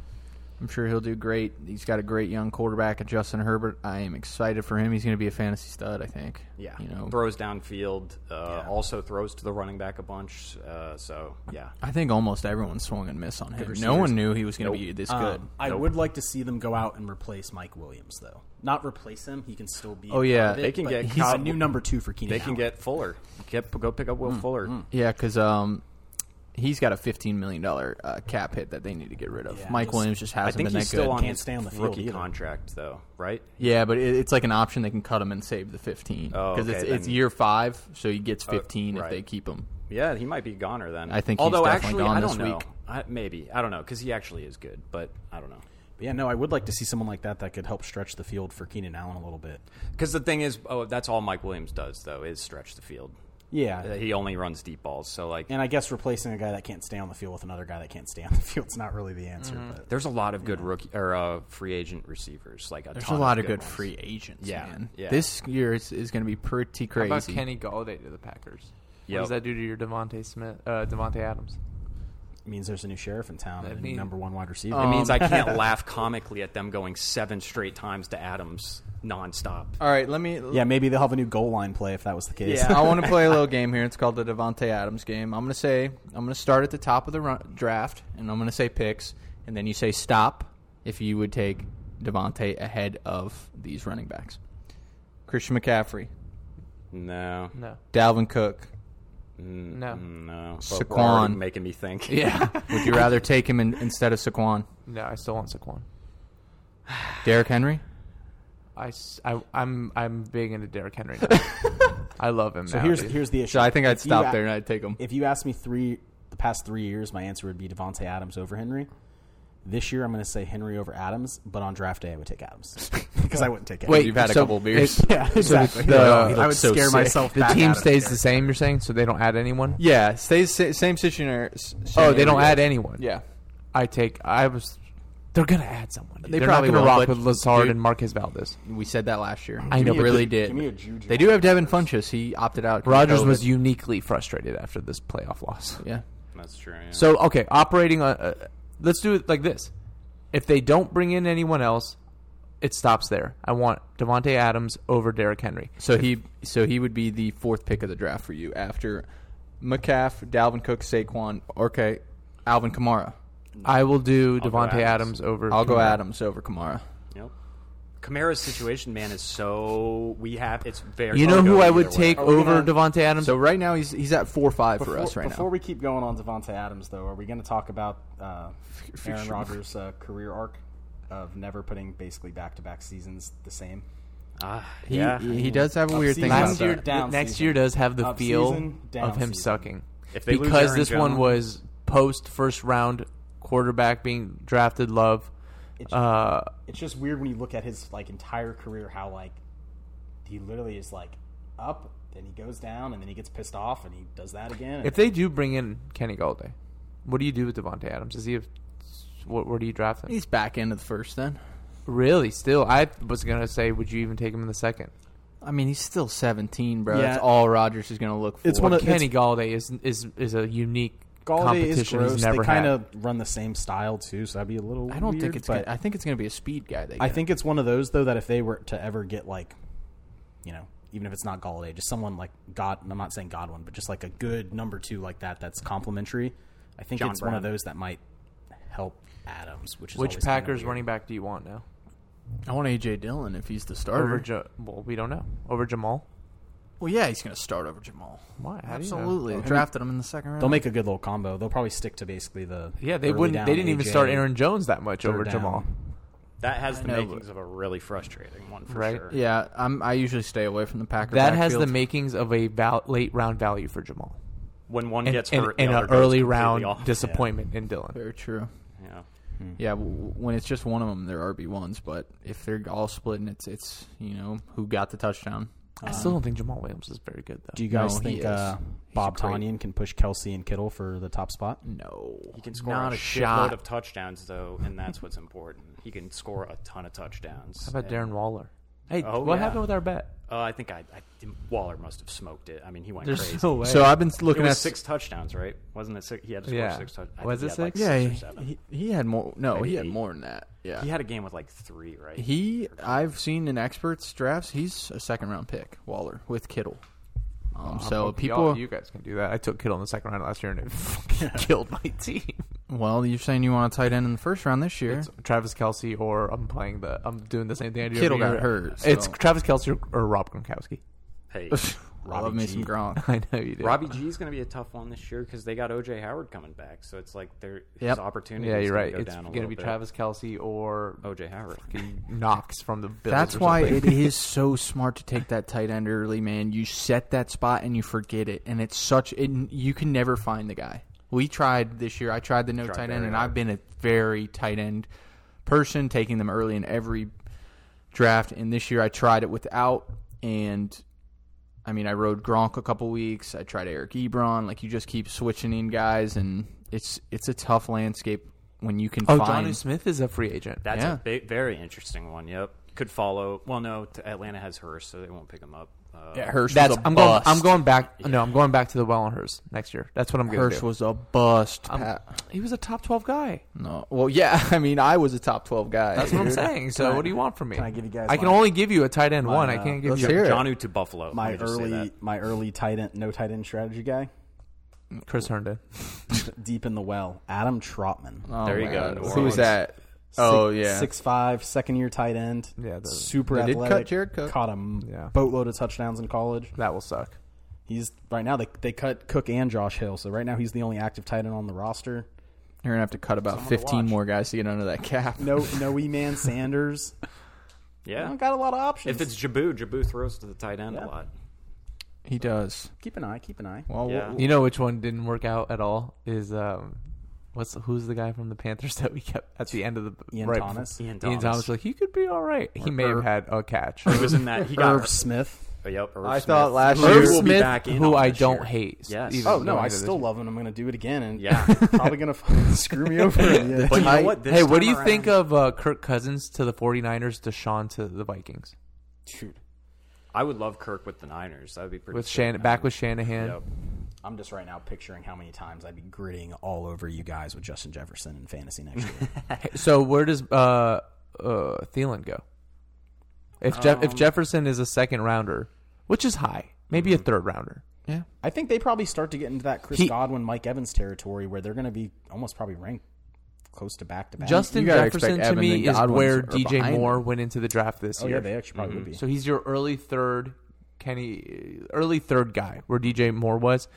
C: I'm sure he'll do great. He's got a great young quarterback in Justin Herbert. I am excited for him. He's going to be a fantasy stud, I think.
D: yeah,
C: You know,
D: throws downfield. Uh,
E: Yeah.
D: Also throws to the running back a bunch. Uh, so yeah,
C: I think almost everyone swung and missed on him. No
E: receivers.
C: one knew he was going to
D: Nope.
C: be this
E: Uh,
C: good.
E: I
D: Nope.
E: would like to see them go out and replace Mike Williams, though. Not replace him; he can still be. a
C: Oh,
E: part
C: yeah.
E: of it,
D: They can
E: but
D: get
E: he's
D: Kyle-
E: a new number two for Keenan.
D: they can
E: Allen.
D: get Fuller. Get, go pick up Will Fuller.
C: Yeah, because um, he's got a $15 million uh, cap hit that they need to get rid of.
E: Yeah,
C: Mike
E: just-
C: Williams just
D: I
C: hasn't
D: think
C: been
D: he's
C: that good.
D: still on
E: Can't
D: his
E: stay on the field
D: rookie
E: either.
D: contract though, right?
C: Yeah, but it, it's like an option. They can cut him and save the 15
D: Oh,
C: because
D: okay,
C: it's, it's
D: then- Oh,
C: year five, so he gets 15 if
D: right.
C: they keep him.
D: Yeah, he might be goner then.
C: I think he's
D: Although
C: definitely
D: actually,
C: gone
D: I don't
C: this
D: know.
C: week.
D: I, maybe I don't know because he actually is good, but I don't know.
E: But yeah, no, I would like to see someone like that that could help stretch the field for Keenan Allen a little bit.
D: Because the thing is, oh, that's all Mike Williams does though is stretch the field. Uh,
E: Yeah,
D: He only runs deep balls, so like
E: and I guess replacing a guy that can't stay on the field with another guy that can't stay on the field's not really the answer. But
D: there's a lot of good rookie or uh, free agent receivers. Like a
C: There's a
D: ton
C: lot of good
D: ones.
C: free agents,
D: Yeah,
C: man.
D: yeah.
C: This year is, is going to be pretty
B: How
C: crazy.
B: about Kenny Galladay to the Packers? What
D: Yep.
B: does that do to your Devonte Smith, uh, Devonte Adams?
E: it means there's a new sheriff in town
B: I
E: and a
B: mean-
E: new number one wide receiver.
D: It
C: Um,
D: means I can't laugh comically at them going seven straight times to Adams nonstop.
C: All right, let me.
E: Um, yeah, maybe they'll have a new goal line play if that was the case.
C: I want to play a little game here. It's called the Devonte Adams game. I'm going to say I'm going to start at the top of the run, draft, and I'm going to say picks, and then you say stop if you would take Devonte ahead of these running backs: Christian McCaffrey,
D: No, Mm,
B: No,
C: Dalvin Cook.
B: no,
D: no.
C: Saquon.
D: But we're already making me think.
C: Yeah, would you rather take him in, instead of Saquon?
B: no. I still want Saquon.
C: Derrick Henry.
B: I, s- I am I'm big into Derrick Henry. Now. I love him.
E: So
B: now,
E: here's
B: dude.
E: here's the issue.
C: So I think I'd
E: If you
C: stop
E: a-
C: there and I'd take him.
E: If you asked me three the past three years, my answer would be Devonte Adams over Henry. This year, I'm going to say Henry over Adams, but on draft day, I would take Adams because I wouldn't take Adams.
C: you've had a couple beers.
B: it-
E: yeah, exactly.
B: the-
E: I
B: he
E: would
C: looks so
E: scare
C: sick.
E: myself.
B: the
E: back
B: team
E: out of
B: stays
E: there.
B: the same. You're saying so they don't add anyone.
C: Yeah, stays sa- same situation.
B: Oh, they don't add anyone.
C: Yeah.
B: I take. I was. They're gonna add someone.
C: They
B: They are probably not
C: probably
B: gonna
C: will,
B: rock
C: but
B: with Lazard
C: dude-
B: and Marquez Valdez.
C: We said that last year.
B: I know,
C: We
B: but
C: really
E: Give
C: did.
E: me a Juju.
C: They do have Devin Funches. He opted out. 'cause of
B: Rogers
C: COVID.
B: was uniquely frustrated after this playoff loss.
C: Yeah.
D: that's true. yeah.
B: So okay, operating on. Uh, let's do it like this. If they don't bring in anyone else, it stops there. I want Devonte Adams over Derrick Henry.
C: So he so he would be the fourth pick of the draft for you after McCaff, Dalvin Cook, Saquon, okay, Alvin Kamara.
B: I will do
D: I'll go
B: Devonte Adams.
D: Adams.
B: over.
C: I'll go
B: Kamara.
C: Adams over Kamara.
D: Yep. Kamara's situation, man, is so we have it's very.
B: You know
D: it'll
B: who
D: go
B: I
D: either
B: would
D: way.
B: take
E: we
B: over
E: gonna-
B: Devonte Adams?
C: So right now he's he's at four five
E: Before,
C: for us right
E: before
C: now.
E: we keep going on Devonte Adams, though, are we going to talk about uh, Aaron Rodgers' uh, career arc of never putting basically back-to-back seasons the same?
D: Ah,
C: He,
D: yeah.
C: he does have a weird thing
E: season.
C: about
B: Last
E: Last year-
B: year,
C: that.
E: down
B: next
E: season.
B: year does have the
E: Up
B: feel
E: season, down
B: of him
E: season.
B: sucking
D: If they lose
B: because
D: Aaron
B: this one
D: Jones-
B: was post first round quarterback being drafted. Love,
E: It's-
B: uh,
E: it's just weird when you look at his like entire career how like he literally is like up then he goes down and then he gets pissed off and he does that again and
B: if they do bring in Kenny Galladay, what do you do with Devonte Adams? Is he? A, what, where do you draft him?
C: He's back into the first then.
B: Really? Still, I was gonna say, would you even take him in the second?
C: I mean, he's still 17, bro.
E: Yeah.
C: That's all Rogers is going to look for.
E: It's one of- But
B: Kenny Galladay is is is a unique
E: Galladay
B: competition
E: is gross
B: he's
E: they
B: never
E: kind
B: had.
E: of run the same style too so that'd be a little
C: I don't think
E: weird,
C: it's.
E: but
C: Gonna, I think it's going to be a speed guy. They
E: I
C: get.
E: think it's one of those though that if they were to ever get like you know even if it's not Galladay just someone like God and I'm not saying Godwin but just like a good number 2 like that that's complimentary I think
D: John
E: it's one
D: Brown.
E: of those that might help Adams which is
B: Which
E: always kinda
B: Packers
E: weird.
B: running back do you want now?
C: I want AJ Dillon if he's the
B: Over
C: starter.
B: ja- well, we don't know. Over Jamal?
C: well, yeah, he's going to start over Jamal.
B: Why? How do you know?
C: Absolutely, They drafted him in the second round.
E: They'll make a good little combo. They'll probably stick to basically the
B: Yeah, they
E: early
B: wouldn't.
E: down
B: they didn't even
E: AJ,
B: start Aaron Jones that much
E: third
B: over
E: down.
B: Jamal.
D: That has the
B: know, but-
D: makings of a really frustrating one for
B: Right?
D: sure.
C: Yeah, I'm. I usually stay away from the Packer.
B: That has the
C: backfield.
B: makings of a val- late round value for Jamal.
D: When one
B: And,
D: gets
B: and-
D: hurt,
B: and
D: the
B: an
D: other goes
B: early
D: completely
B: round
D: off.
B: disappointment in Dylan.
C: Very true.
D: Yeah.
E: Hmm.
C: Yeah, w- w- when it's just one of them, they're RB ones. But if they're all splitting, it's it's you know who got the touchdown.
B: I still don't think Jamal Williams is very good
E: Do
B: though.
E: you guys
C: No, he
E: think
C: is.
E: uh, Bob
C: a great-
E: Tanyan can push Kelsey and Kittle for the top spot?
C: Um, No,
D: He can score
C: not
D: a,
C: a
D: shitload
C: shot.
D: of touchdowns, though, and that's what's important. He can score a ton of touchdowns.
B: How about
D: And,
B: Darren Waller? Hey,
D: Oh,
B: what
D: yeah.
B: happened with our bet?
D: Uh, I think I, I Waller must have smoked it. I mean, he went crazy.
B: no way.
C: so I've been
D: it
C: looking
D: was
C: at
D: six touchdowns, right? Wasn't it six? He had to score
B: Yeah.
D: six touchdowns.
B: Was it six?
C: Yeah,
D: six or
C: he-
D: seven.
C: he, he had more. No,
D: Maybe
C: he had
D: eight.
C: more than that. Yeah,
D: He had a game with like three, right?
C: He, I've seen in experts drafts, he's a second round pick, Waller with Kittle. Um, so people,
B: you guys can do that. I took Kittle in the second round last year, and it fucking killed my team.
C: well, you're saying you want a tight end in the first round this year?
B: It's Travis Kelsey, or I'm playing the. I'm doing the same thing I do.
C: Kittle
B: every year.
C: got hurt,
B: It's
C: so-
B: Travis Kelsey or, or Rob Gronkowski.
D: hey,
C: I love me some
D: G.
C: Gronk.
B: I know you did.
D: Robbie G is going to be a tough one this year because they got OJ Howard coming back, so it's like their his
C: Yep.
D: opportunity.
B: yeah,
D: is
B: you're
D: gonna
B: right.
D: Go
B: it's
D: down a
B: gonna
D: little
B: be
D: bit.
B: Travis Kelsey or
D: OJ Howard.
B: fucking Knox from the Bills.
C: Oh, That's
B: or
C: why
B: something.
C: it is so smart to take that tight end early, man. You set that spot and you forget it, and it's such it, you can never find the guy. We tried this year. I tried the no
D: Tried
C: tight
D: very
C: end, and
D: hard.
C: I've been a very tight end person, taking them early in every draft. And this year, I tried it without, and I mean, I rode Gronk a couple weeks. I tried Eric Ebron. Like you just keep switching in guys, and it's it's a tough landscape when you can
B: Oh,
C: find.
B: Johnny Smith is a free agent.
D: That's
C: Yeah.
D: a big, very interesting one. Yep, could follow. Well, no, t- Atlanta has Hurst, so they won't pick him up. Uh,
C: Yeah, Hurst was
B: That's
C: a
B: I'm going.
C: bust.
B: I'm going back. No, I'm going back to the well on Hurst next year. That's what I'm going to
C: Hirsch
B: do.
C: was a bust.
B: I'm-
C: Pat.
B: he was a top twelve guy.
C: No. Well, yeah. I mean, I was a top twelve guy.
B: That's what I'm
C: dude.
B: saying. So what do you want from me?
E: can I give you guys
B: I can
E: my-
B: only give you a tight end one. I
E: uh,
B: can't give
C: let's
B: you
C: hear it.
D: Johnu to Buffalo. Let
E: My
D: me just say
E: early,
D: that.
E: my early tight end, no tight end strategy guy,
B: Chris Herndon.
E: deep in the well. Adam Trotman,
C: Oh,
D: There you
C: my
D: go,
C: God.
D: New
C: Who's
D: Orleans.
C: that? oh yeah.
E: six five, second year tight end.
B: Yeah, the-
E: super
C: They did cut
E: athletic.
C: Jared Cook.
E: Caught a m-
B: Yeah.
E: boatload of touchdowns in college.
B: That will suck.
E: He's right now they they cut Cook and Josh Hill, so right now he's the only active tight end on the roster.
C: You're gonna have to cut about
D: Someone to
C: fifteen
D: watch.
C: more guys to get under that cap.
E: No, no, E Man Sanders. I
D: Yeah.
E: don't got a lot of options.
D: If it's Jabu, Jabu throws to the tight end
E: Yeah.
D: a lot.
C: He does.
E: keep an eye, keep an eye.
C: Well,
D: Yeah.
C: we'll-
B: You know which one didn't work out at all is um, what's who's the guy from the Panthers that we kept at the end of the
E: Ian
B: right
E: Thomas,
D: Ian
B: Ian
D: Thomas.
B: Thomas like he could be all right. He may
C: Irv.
B: have had a catch.
D: He was in that. He got.
E: Irv Smith.
D: Yep. Irv
C: I
D: Smith.
C: thought last
D: Who
C: year-
D: will
B: Irv
D: be
B: Smith,
D: back in
B: who
D: on
B: I
D: this
B: don't
D: year.
B: hate,
D: Yes.
B: even
D: Oh,
E: Oh no,
B: going
E: I
B: into this
E: still
B: year.
E: love him. I'm going to do it again, and
D: Yeah.
E: probably going to screw me over. in the end.
D: But you know
C: I-
D: what? This
B: hey, what
D: time
B: do you
D: around-
B: think of uh, Kirk Cousins to the 49ers, Deshaun to the Vikings?
E: Shoot,
D: I would love Kirk with the Niners. That would be pretty.
B: With
D: sick.
B: Shan- back with Shanahan.
D: Yep.
E: I'm just right now picturing how many times I'd be gritting all over you guys with Justin Jefferson in fantasy next year.
B: Hey, So where does uh, uh, Thielen go? If Jeff
C: Um,
B: if Jefferson is a second rounder, which is high, maybe
C: Mm-hmm.
B: a third rounder.
C: yeah.
E: I think they probably start to get into that Chris
B: He-
E: Godwin, Mike Evans territory where they're going to be almost probably ranked close to back to back.
B: Justin
C: you gotta
B: Jefferson
C: expect
B: to
C: Evans
B: me
C: and
B: is
C: Godwin's
B: where
C: are
B: DJ
C: behind
B: Moore
C: him.
B: went into the draft this
E: oh
B: year. Mm-hmm.
E: yeah, they actually probably would be.
B: So he's your early third Kenny early third guy where DJ Moore was.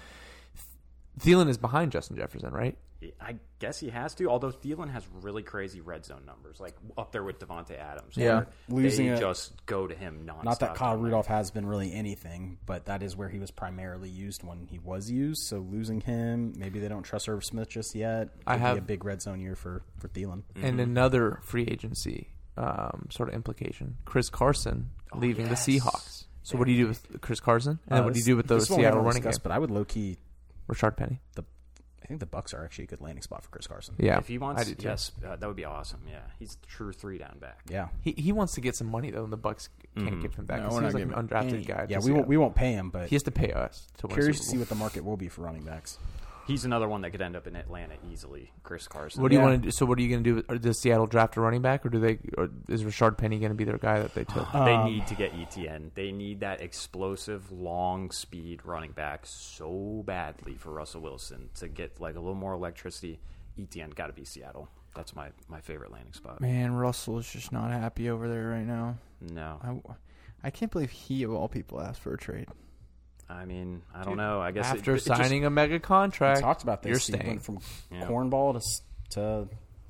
B: Thielen is behind Justin Jefferson, right?
D: I guess he has to. Although Thielen has really crazy red zone numbers, like up there with Devonte Adams.
C: Yeah.
D: where
E: Losing
D: they
E: it.
D: just go to him nonstop.
E: Not that Kyle Rudolph has been really anything, but that is where he was primarily used when he was used. So losing him, maybe they don't trust Irv Smith just yet.
B: I
E: Could
B: have-
E: be a big red zone year for for Thielen.
B: And
C: Mm-hmm.
B: another free agency um, sort of implication. Chris Carson
C: Oh,
B: leaving the Seahawks. So what do you do with Chris Carson? And then
E: Uh,
B: what do you
E: this-
B: do with the
E: this one we haven't
B: Seattle running game?
E: discussed, But I would low key
B: Richard Penny.
E: the. I think the Bucks are actually a good landing spot for Chris Carson.
B: Yeah.
D: If he
B: I
D: wants,
B: do too.
D: yes, uh, that would be awesome. Yeah, he's the true three down back.
E: Yeah,
B: He, he wants to get some money though, and the Bucks can't give him that.
C: No,
B: 'cause
C: we're
B: he was
C: not
B: like an
C: giving
B: undrafted
C: any-
B: guy.
E: yeah.
B: to
E: We won't
B: Seattle.
E: we won't pay him, but
B: He has to pay us to win.
E: curious to
B: Super
E: see
B: Bowl.
E: what the market will be for running backs.
D: He's another one that could end up in Atlanta easily. Chris Carson.
B: What do you
E: Yeah.
B: want to do? So, what are you going to do? With, or does Seattle draft a running back, or do they? Or is Rashard Penny going to be their guy that they took?
D: They
E: Um,
D: need to get ETN. They need that explosive, long speed running back so badly for Russell Wilson to get like a little more electricity. ETN got to be Seattle. That's my, my favorite landing spot.
C: Man, Russell is just not happy over there right now.
D: No,
C: I, I can't believe he of all people asked for a trade.
D: I mean I don't know. I guess it-
B: After
D: it just-
B: signing a mega
E: We
B: contract,
E: talked about this.
B: You're
E: He went
B: staying.
E: from
D: Yeah.
E: cornball to s- to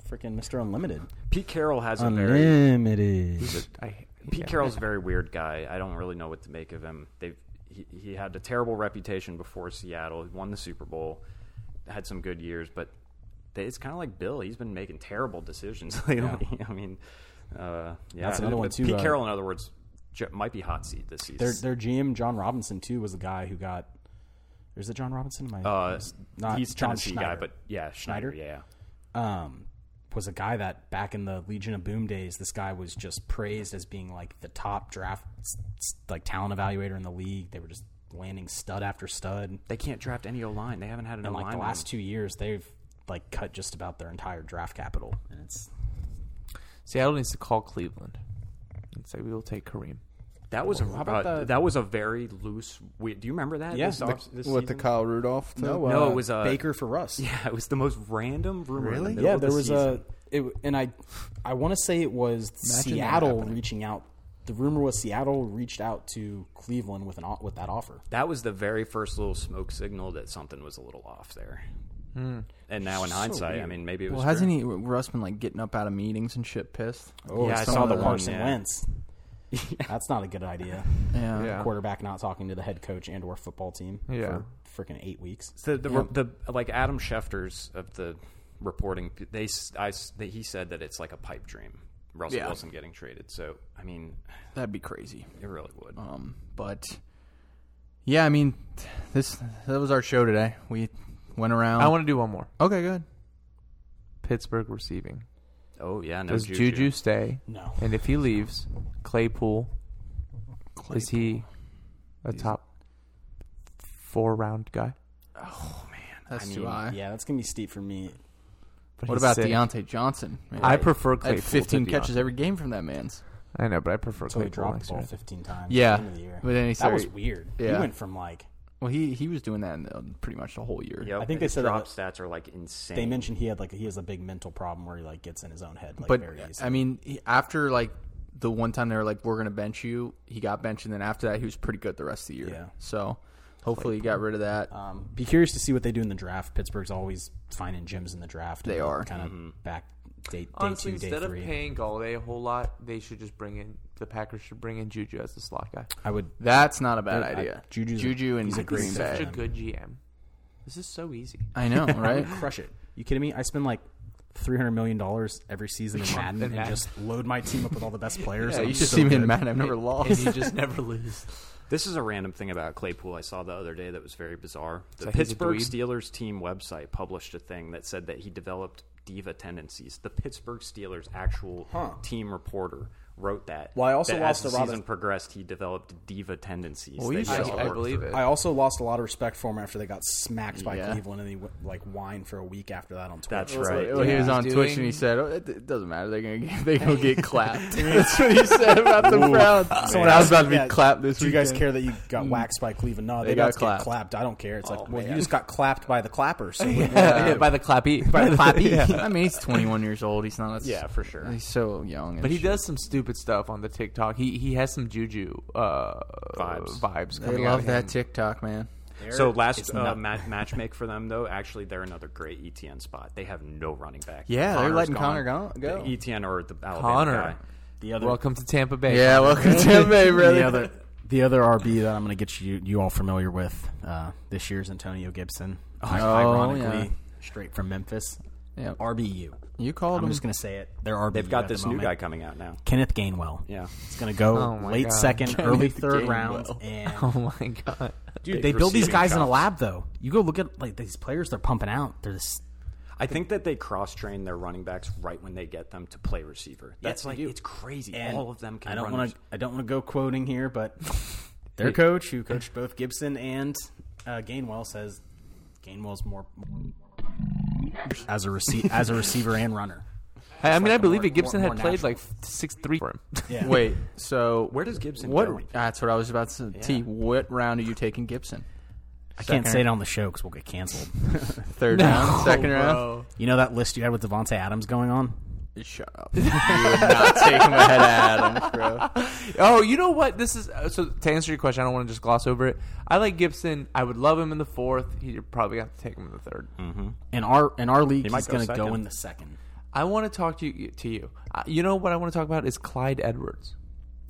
E: Freaking Mr. Unlimited.
D: Pete Carroll has a very
E: Unlimited.
D: He's a- Pete Carroll's a very weird guy. I don't really know what to make of him. They he, he had a terrible reputation before Seattle. He won the Super Bowl, had some good years, but they, it's kind of like Bill. He's been making terrible decisions lately. I mean, uh, yeah,
E: That's another one, too,
D: Pete
E: uh,
D: Carroll, in other words, j- might be hot seat this
E: Their
D: season.
E: their GM John Robinson too was the guy who got. Or is it John Robinson? Am I-
D: uh,
E: not
D: he's
E: John
D: Tennessee guy,
E: Schneider.
D: but yeah, Schneider.
E: Schneider?
D: Yeah,
E: um, was a guy that back in the Legion of Boom days, this guy was just praised as being like the top draft, s- s- like talent evaluator in the league. They were just landing stud after stud.
D: they can't draft any O line. They haven't had an O
E: And like
D: line.
E: the last two years, they've like cut just about their entire draft capital, and it's
B: Seattle needs to call Cleveland and say we will take Kareem.
D: That was a
E: about
D: uh,
E: the-
D: that was a very loose. We, do you remember that?
E: Yeah,
D: this
E: the-
D: off- this
C: What the
D: season?
C: Kyle Rudolph? thing?
D: No, uh, it was, uh,
E: Baker for Russ.
D: Yeah, it was the most random rumor. in the middle
E: yeah,
D: of
E: there
D: the
E: was
D: season.
E: a it, and I I want to say it was
C: Imagine that
E: Seattle
C: happening.
E: reaching out. The rumor was Seattle reached out to Cleveland with an o- with that offer.
D: that was the very first little smoke signal that something was a little off there.
B: Hmm.
D: And now in hindsight, I mean, maybe it was.
C: Well, hasn't
D: true.
C: he Russ been like getting up out of meetings and shit pissed?
E: Oh,
D: Yeah, I
E: some
D: saw
E: of
D: the
E: the
D: one,
E: Carson
D: yeah.
E: Wentz. That's not a good idea.
C: Yeah.
B: Yeah.
E: Quarterback not talking to the head coach and or football team
B: Yeah.
E: for freaking eight weeks.
D: So the, the like Adam Schefter's of the reporting. They s- I s- they- he said that it's like a pipe dream. Russell
C: Yeah.
D: Wilson getting traded. So I mean,
C: That'd be crazy.
D: it really would.
E: Oh.
C: Um, but yeah, I mean, this that was our show today. We went around.
B: I want to do one more.
C: okay, good.
B: Pittsburgh receiving.
D: oh yeah, no
B: Does
D: juju.
B: Juju, stay?
E: No.
B: And if he leaves, Claypool, is he a top four round guy?
C: That's
D: I
C: too
D: mean,
C: high.
E: Yeah, that's gonna be steep for me.
B: But
C: What
B: he's
C: about
B: sick.
C: Deontay Johnson? man?
B: I prefer
C: Had
B: Claypool. to
C: 15
B: Deontay.
C: catches every game from that man's.
B: I know, but I prefer
E: So he
B: Claypool.
E: dropped
B: next
E: the ball
B: year.
E: fifteen times.
C: Yeah,
E: At the end of the year.
C: but then he
E: that was
C: started-
E: weird. He
C: yeah.
E: went from like
C: Well, he he was doing that in the, pretty much the whole year.
D: Yep,
E: I think they
D: his
E: said
D: drop
E: that-
D: stats are like insane.
E: they mentioned he had like he has a big mental problem where he like gets in his own head like
C: but
E: very easily.
C: I mean, he- after like the one time they were like, "We're gonna bench you," he got benched, and then after that, he was pretty good the rest of the year.
E: Yeah.
C: So hopefully, he got rid of that.
E: Um, be curious to see what they do in the draft. Pittsburgh's always finding gems in the draft.
C: They are.
E: kind of
D: Mm-hmm.
E: back day, day
B: Honestly,
E: two, day
B: instead
E: three.
B: of paying Galladay a whole lot, they should just bring in the Packers should bring in Juju as the slot guy.
E: I would
C: That's not a bad
E: I-
C: idea.
E: Juju's a-
C: Juju and
E: he's a
C: Green
E: great
B: Such
C: Bay.
B: a
E: Um,
B: good GM. This is so easy.
C: I know, right?
E: crush it. You kidding me? I spend like three hundred million dollars every season in Madden and
B: Madden.
E: just load my team up with all the best players.
C: yeah,
E: and
C: you
E: I'm
C: should
E: so
C: see me in
E: good.
C: Madden. I've never
B: and
C: lost.
B: you just never lose.
D: This is a random thing about Claypool I saw the other day that was very bizarre. The
B: like he's a
D: Pittsburgh
B: dweeb.
D: Steelers team website published a thing that said that he developed diva tendencies. The Pittsburgh Steelers actual team reporter wrote that.
E: Well, I also
D: that
E: lost to
D: as the
E: Robin-
D: season progressed, he developed diva tendencies.
B: Well,
D: that
B: you
D: he
B: should.
D: has to
B: I
D: work
B: believe
D: through.
B: it.
E: I also lost a lot of respect for him after they got smacked by
C: Yeah.
E: Cleveland, and he went, like whined for a week after that on Twitter.
D: That's
C: Well,
D: right.
C: he was
B: he's
C: on Twitch and
B: doing-
C: he said, oh, it, it doesn't matter. They're going to they gonna get clapped. That's what he said about the Browns. Someone else about to be
E: Yeah,
C: clapped this
E: Do you
C: week.
E: guys care that you got waxed by Cleveland? No, they,
C: got
E: got,
C: clapped. Oh,
E: clapped. clapped. I don't care. It's like, well, you just got clapped by the clappers. So
B: by the clappy.
C: By the clappy. I mean, he's 21 years old. He's not.
D: Yeah, for sure.
C: He's so young. and
B: But he
C: shit.
B: does some stupid stuff on the TikTok. He he has some juju uh,
D: Vibes.
B: Vibes.
C: They
B: coming out
C: love
B: of
C: that
B: him.
C: TikTok, man.
D: So last uh,
E: not-
D: ma- match make for them though, actually they're another great ETN spot. They have no running back.
C: Yeah, they're letting Connor
D: gone.
C: go- go.
D: The ETN or the Alabama
B: Connor.
D: guy.
E: the other
B: Welcome to Tampa Bay.
C: Yeah, welcome to Tampa Bay, brother.
E: the other the other RB that I'm going to get you you all familiar with uh, this year's Antonio Gibson.
D: Oh,
E: I-
C: yeah.
E: ironically, straight from Memphis.
C: Yep.
E: RBU.
C: You called
E: I'm
C: him.
E: just going to say it. They're RBU.
D: They've got
E: at the
D: this new
E: moment.
D: guy coming out now.
E: Kenneth Gainwell.
D: Yeah.
E: It's going to go
B: Oh my
E: late
B: God.
E: second, early
C: Kenneth
E: third
C: Gainwell.
E: round. And
B: Oh my god.
E: dude, they build these
D: receiving
E: guys in a
D: chops.
E: lab though. You go look at like these players they're pumping out. They're this
D: I think that they cross train their running backs right when they get them to play receiver. That's
E: they
D: like
E: do.
D: it's crazy.
E: and
D: All of them can.
E: I don't
D: run
E: want to. I don't want to go quoting here, but their coach, who coached both Gibson and uh, Gainwell, says Gainwell's more as a receiver as a receiver and runner.
B: Hey, I mean,
E: like
B: I
E: a
B: believe
E: more-
B: it. Gibson
E: more-
B: had
E: more
B: played
E: natural.
B: like six three for him.
E: Yeah.
C: Wait, so
D: Where does Gibson
C: What?
D: go?
C: That's what I was about to say. T. What round are you taking Gibson?
E: I can't say it on the show because we'll get canceled.
C: Third round, second round.
E: You know that list you had with Devonte Adams going on?
C: Shut up. you would not take him ahead of Adams, bro.
B: Oh, you know what? This is uh, so. To answer your question, I don't want to just gloss over it. I like Gibson. I would love him in the
D: Hmm.
B: fourth. You're probably gonna have to take him in the 3rd
E: In our in our league,
D: might
E: he's
D: go
E: going to go
D: second.
E: in the second.
B: I want to talk to you. To you, Uh, you know what I want to talk about is Clyde Edwards.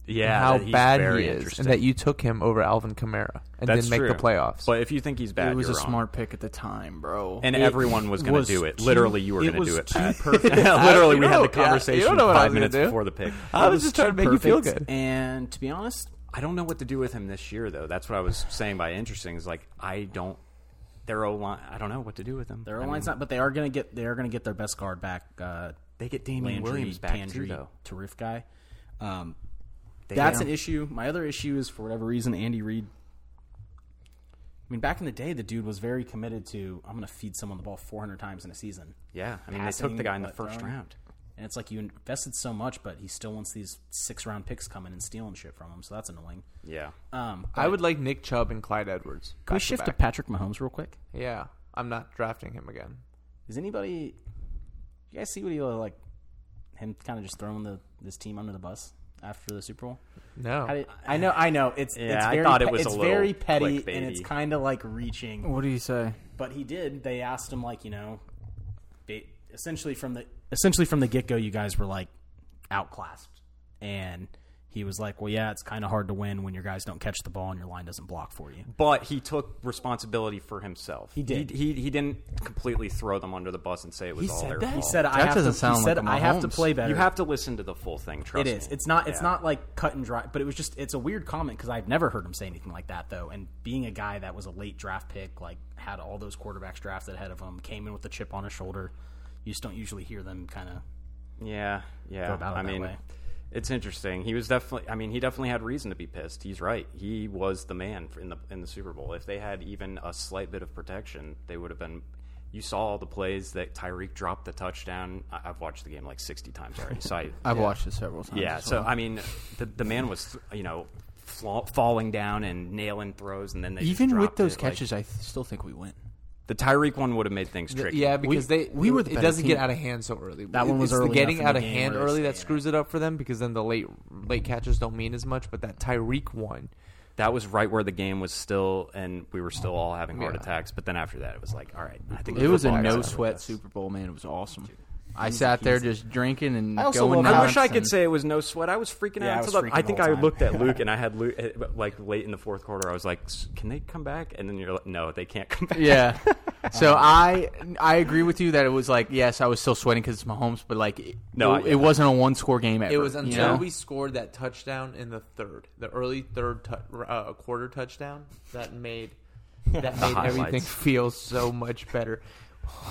B: and
D: Yeah,
B: how
D: that he's
B: bad
D: very
B: he is,
D: interesting.
B: and that you took him over Alvin Kamara and
D: That's
B: didn't make the
D: true.
B: playoffs.
D: But if you think he's bad,
C: it was a
D: you're wrong.
C: smart pick at the time, bro.
D: And everyone was going
C: was
D: to do it.
C: too-
D: Literally, you were
C: it
D: going to
C: was
D: do it.
C: too
D: Pat.
C: perfect.
D: Literally, we
B: You
D: had
B: know-
D: the
B: yeah, you
D: conversation
B: don't know what I
D: five
B: was gonna
D: minutes
B: do.
D: before the pick.
B: I was
E: It
B: just trying to
E: too
B: make you feel
E: perfect.
B: good.
E: And to be honest,
D: I don't know what to do with him this year, though. That's what I was saying by interesting. Is like I don't their O line. I don't know what to do with them.
E: their
D: I
E: line's
D: mean,
E: not, but they are going to get they are going to get their best guard back. Uh,
D: They get Damian
E: Landry,
D: Williams back
E: Landry,
D: too, though.
E: Tarif guy. Um,
D: They
E: that's
D: get-
E: an issue. My other issue is for whatever reason, Andy Reid. I mean, back in the day, the dude was very committed to I'm going to feed someone the ball 400 times in a season.
D: Yeah, I mean, they took
E: Passing,
D: the guy in the
E: but
D: first
E: throwing.
D: round.
E: And it's like you invested so much, but he still wants these six round picks coming and stealing shit from him. So that's annoying.
D: Yeah,
E: Um,
B: I would like Nick Chubb and Clyde Edwards.
E: can we
B: back
E: shift to
B: back.
E: Patrick Mahomes real quick?
B: Yeah, I'm not drafting him again.
E: Is anybody? You guys see what he like? Him kind of just throwing the this team under the bus after the Super Bowl.
B: No,
E: How did- I know, I know. It's
D: Yeah,
E: it's
D: I
E: very
D: thought it
E: pe-
D: was a
E: it's
D: little
E: very petty and
D: clickbaity.
E: it's kind of like reaching.
C: what do you say?
E: But he did. They asked him like you know, ba- essentially from the essentially from the get go, you guys were like outclassed, and he was like, well, yeah, it's kind of hard to win when your guys don't catch the ball and your line doesn't block for you.
D: but he took responsibility for himself. He
E: did.
D: He, he, didn't completely throw them under the bus and say it was all their fault.
E: He said, I
C: That
E: have
C: doesn't
E: to,
C: sound
E: he said,
C: like a
E: I have to
C: Mahomes.
E: play better.
D: You have to listen to the full thing. Trust
E: It is.
D: me.
E: It's not. It's
D: Yeah.
E: not like cut and dry. But it was just. It's a weird comment because I've never heard him say anything like that though. And being a guy that was a late draft pick, like had all those quarterbacks drafted ahead of him, came in with a chip on his shoulder. You just don't usually hear them kind of.
D: Yeah, yeah.
E: about it
D: I
E: that
D: mean,
E: way.
D: it's interesting. He was definitely. I mean, he definitely had reason to be pissed. He's right. He was the man in the in the Super Bowl. If they had even a slight bit of protection, they would have been. You saw all the plays that Tyreek dropped the touchdown. I, I've watched the game like sixty times already, so I
C: I've watched it several times.
D: yeah,
C: as
D: so
C: well.
D: I mean, the the man was you know fla- falling down and nailing throws, and then they just
C: even with
D: dropped
C: those
D: it, like-
C: catches, I th- still think we win.
D: the Tyreek one would have made things tricky.
B: yeah, because
C: We-
B: they
C: we were the
B: it
C: better
B: doesn't
C: team.
B: get out of hand so early.
E: That one was
B: it's the
E: early
B: getting
E: enough in
B: out
E: the
B: of
E: game
B: hand
E: where they
B: early that
E: stay in
B: screws it up for them because then the late late catches don't mean as much. But that Tyreek one,
D: that was right where the game was still, and we were still all having heart
B: Yeah.
D: attacks. But then after that, it was like, all right, I think
C: It was a
D: football is
C: no
D: over
C: sweat
D: with.
C: Super Bowl, man. It was awesome. I sat there just drinking and
E: I also
C: going.
E: love-
D: I
C: nuts
D: wish I could
C: and-
D: say it was no sweat. I was freaking
E: Yeah,
D: out.
E: I
D: until
E: was
D: the- I,
E: freaking the
D: think
E: whole
D: I
E: time.
D: looked at Luke, and I had Luke eh, like late in the fourth quarter. I was like, "S- can they come back? And then you're like, no, they can't come back.
C: Yeah. So I I agree with you that it was like yes I was still sweating because it's Mahomes but like it,
D: No,
C: it,
D: I-
C: it wasn't a one score game ever.
B: it was
C: you
B: until
C: know?
B: we scored that touchdown in the third, the early third tou- uh, quarter touchdown that made that made
D: highlights.
B: everything feel so much better.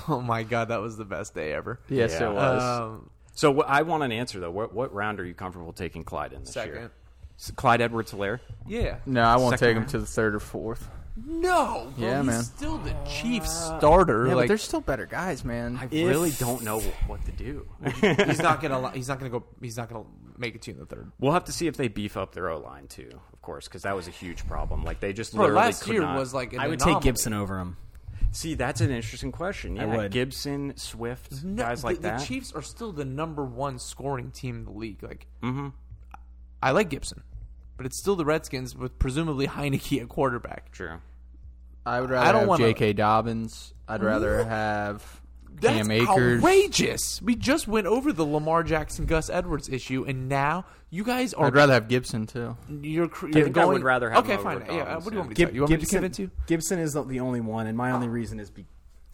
B: Oh my god, that was the best day ever.
C: yes
D: Yeah. Uh,
C: it was.
B: Um,
D: So what, I want an answer though. What, what round are you comfortable taking Clyde in this
B: Second.
D: year? S- Clyde Edwards-Helaire.
B: yeah.
C: no, I won't
D: second
C: take him
D: round?
C: to the third or fourth.
B: No, bro,
C: Yeah,
B: he's
C: man.
B: still the Chiefs starter.
C: Yeah,
B: like
C: but they're still better guys, man.
D: I really don't know what to do.
B: he's not gonna. li- He's not gonna go. He's not gonna make it to you in the third.
D: we'll have to see if they beef up their O line too, of course, because that was a huge problem. Like they just
B: Bro,
D: literally
B: last
D: could
B: year
D: not-
B: was like an
E: I would
B: anomaly.
E: take Gibson over him.
D: See, that's an interesting question. Yeah,
E: would.
D: Gibson, Swift,
B: No,
D: guys
B: the,
D: like
B: the
D: that.
B: Chiefs are still the number one scoring team in the league. Like,
D: Mm-hmm.
B: I like Gibson, but it's still the Redskins with presumably Heineke at quarterback.
D: True.
C: I would rather
B: I don't
C: have
B: wanna-
C: J.K. Dobbins. I'd rather have
B: That's
C: Cam Akers.
B: outrageous. We just went over the Lamar Jackson Gus Edwards issue, and now you guys are
C: I'd rather have Gibson too.
B: you're, cr- you're
D: think I
B: going.
D: would rather have
B: okay,
D: him over
B: fine. Yeah,
D: Dobbins,
B: what do you
D: yeah.
B: want me to tell you? You want me to give it to you?
E: Gibson is the only one, and my only reason is be,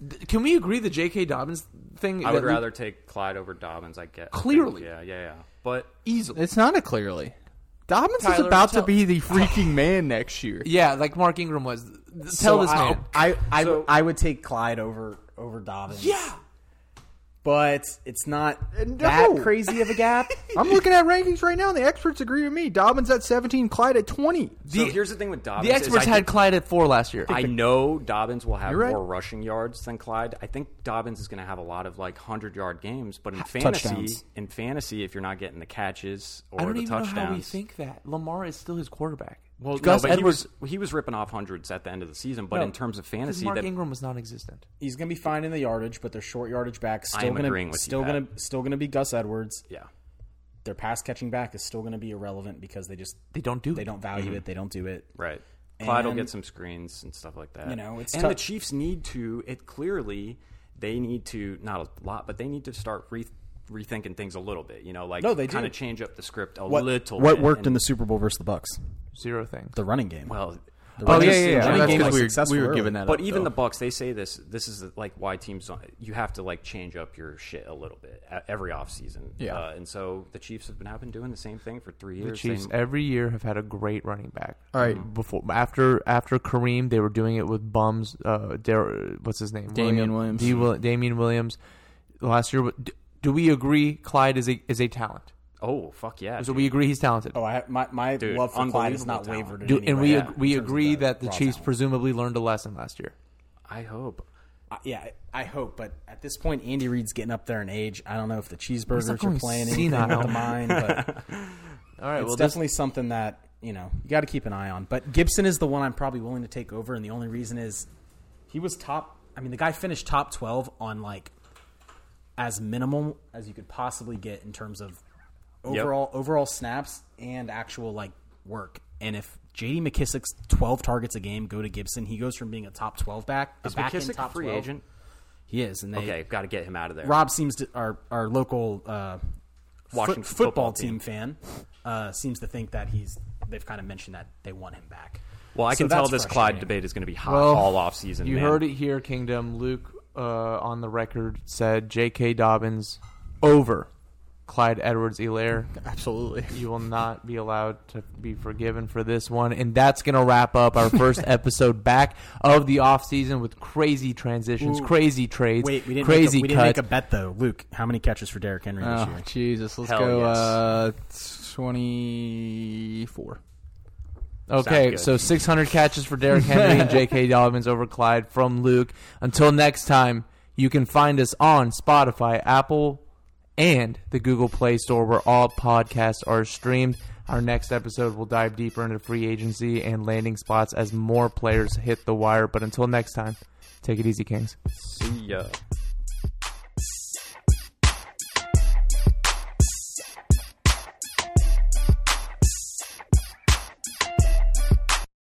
B: Th- Can we agree the J.K. Dobbins thing? uh,
D: I would
B: that we-
D: rather take Clyde over Dobbins. I get
B: Clearly.
D: Yeah, yeah, yeah. But
B: easily.
C: It's not a clearly. Dobbins
B: Tyler,
C: is about
B: tell-
C: to be the freaking man next year.
B: Yeah, like Mark Ingram was. Th- Tell
E: So
B: this
E: I,
B: man.
E: I I,
D: So-
E: would- I would take Clyde over over Dobbins.
B: yeah. Uh,
E: but it's not
C: No.
E: that crazy of a gap.
C: I'm looking at rankings right now, and the experts agree with me. Dobbins at 17, Clyde at 20.
D: so
B: The-
D: here's the thing with Dobbins.
B: The
D: is
B: experts
D: I
B: had
D: think-
B: Clyde at four last year.
D: I know Dobbins will have
C: You're right.
D: more rushing yards than Clyde. I think Dobbins is going to have a lot of like hundred yard games, but in fantasy,
E: touchdowns.
D: in fantasy, if you're not getting the catches or
B: I don't
D: the
B: even
D: touchdowns,
B: know how we think that Lamar is still his quarterback.
D: Well,
B: Gus
D: no, but
B: Edwards,
D: he was he was ripping off hundreds at the end of the season, but
E: No,
D: in terms of
B: because
D: fantasy,
B: Mark
D: that,
B: Ingram was non-existent.
E: He's gonna be fine in the yardage, but their short yardage back still
D: am
E: gonna
D: agreeing with you,
E: still
D: Pat.
E: gonna still gonna be Gus Edwards.
D: yeah,
E: Their pass catching back is still gonna be irrelevant because they just
B: They don't do.
E: they
B: it.
E: don't value it. They don't do it.
D: Mm-hmm. right. Clyde will
E: And-
D: get some screens and stuff like that.
E: You know, it's
D: and
E: tou-
D: the Chiefs need to. It clearly they need to not a lot, but they need to start re- rethinking things a little bit. You know, like
E: No, they
D: kind
E: do.
D: of change up the script a
E: What,
D: little.
E: what
D: bit
E: worked
D: and-
E: in the Super Bowl versus the Bucks?
B: Zero things.
E: The running game.
D: well.
E: The
B: Oh
E: running
B: yeah,
E: game-
B: yeah, yeah.
E: the running
B: That's
E: game was
B: because
E: successful
B: we, we were
E: early.
B: giving that.
D: But
B: up, though.
D: even the Bucks, they say this. This is like why teams don't- you have to like change up your shit a little bit e- every offseason.
C: Yeah.
D: uh, and so the Chiefs have been have been doing the same thing for three
B: the Mm-hmm.
D: years.
B: Chiefs
D: Same-
B: every year have had a great running back.
C: All right.
B: Before after after Kareem, they were doing it with bums. Uh, Dar- what's his name?
C: Damian Williams.
B: D- Will- Damian Williams. Last year, do, do we agree? Clyde is a is a talent.
E: e
D: oh fuck yeah!
B: So we agree he's talented.
E: Oh, I, my my
D: Dude,
E: love for Clyde is
D: unbelievable
E: not
D: talent.
E: wavered. In
B: Do,
E: any
B: and
E: way,
B: we
E: yeah,
B: ag-
E: in
B: we
E: terms of
B: agree that the
E: raw
B: Chiefs
E: talent.
B: presumably learned a lesson last year.
D: I hope.
E: I- yeah, I, I hope. But at this point, Andy Reid's getting up there in age. I don't know if the cheeseburgers are
B: going
E: playing anything
B: senile.
E: with the mind, but
B: All right, well,
E: it's
B: this,
E: definitely something that you know you got to keep an eye on. But Gibson is the one I'm probably willing to take over, and the only reason is he was top. I mean, the guy finished top twelve on like as minimal as you could possibly get in terms of overall overall snaps and actual like work. And if J.D. McKissick's twelve targets a game go to Gibson, he goes from being a top twelve back, a
D: Is
E: back end
D: McKissick a
E: top
D: free
E: 12.
D: agent?
E: He is, and they
D: Okay, got to get him out of there.
E: Rob seems to our our local uh, fo-
D: Washington
E: football,
D: football
E: team,
D: team.
E: fan uh, seems to think that he's. They've kind of mentioned that they want him back.
D: well, I
E: So
D: can tell
E: that's
D: this Clyde
E: frustrating.
D: debate is going to be hot
B: Well,
D: all off season.
B: you heard it here, Kingdom. Luke uh, on the record said J.K. Dobbins over Clyde edwards helaire
C: Absolutely.
B: You will not be allowed to be forgiven for this one. And that's going to wrap up our first episode back of the offseason with crazy transitions, crazy trades,
E: Wait, we didn't
B: crazy
E: make a, we
B: cuts.
E: didn't make a bet though, Luke. How many catches for Derrick Henry this
C: Oh
E: year?
C: Jesus! Let's
D: Hell
C: go.
D: yes.
C: Uh, twenty-four.
B: Okay,
D: good.
B: so 600 catches for Derrick Henry and J.K. Dobbins over Clyde from Luke. Until next time, you can find us on Spotify, Apple, and the Google Play Store where all podcasts are streamed. Our next episode will dive deeper into free agency and landing spots as more players hit the wire. But until next time, take it easy, Kings.
D: See ya.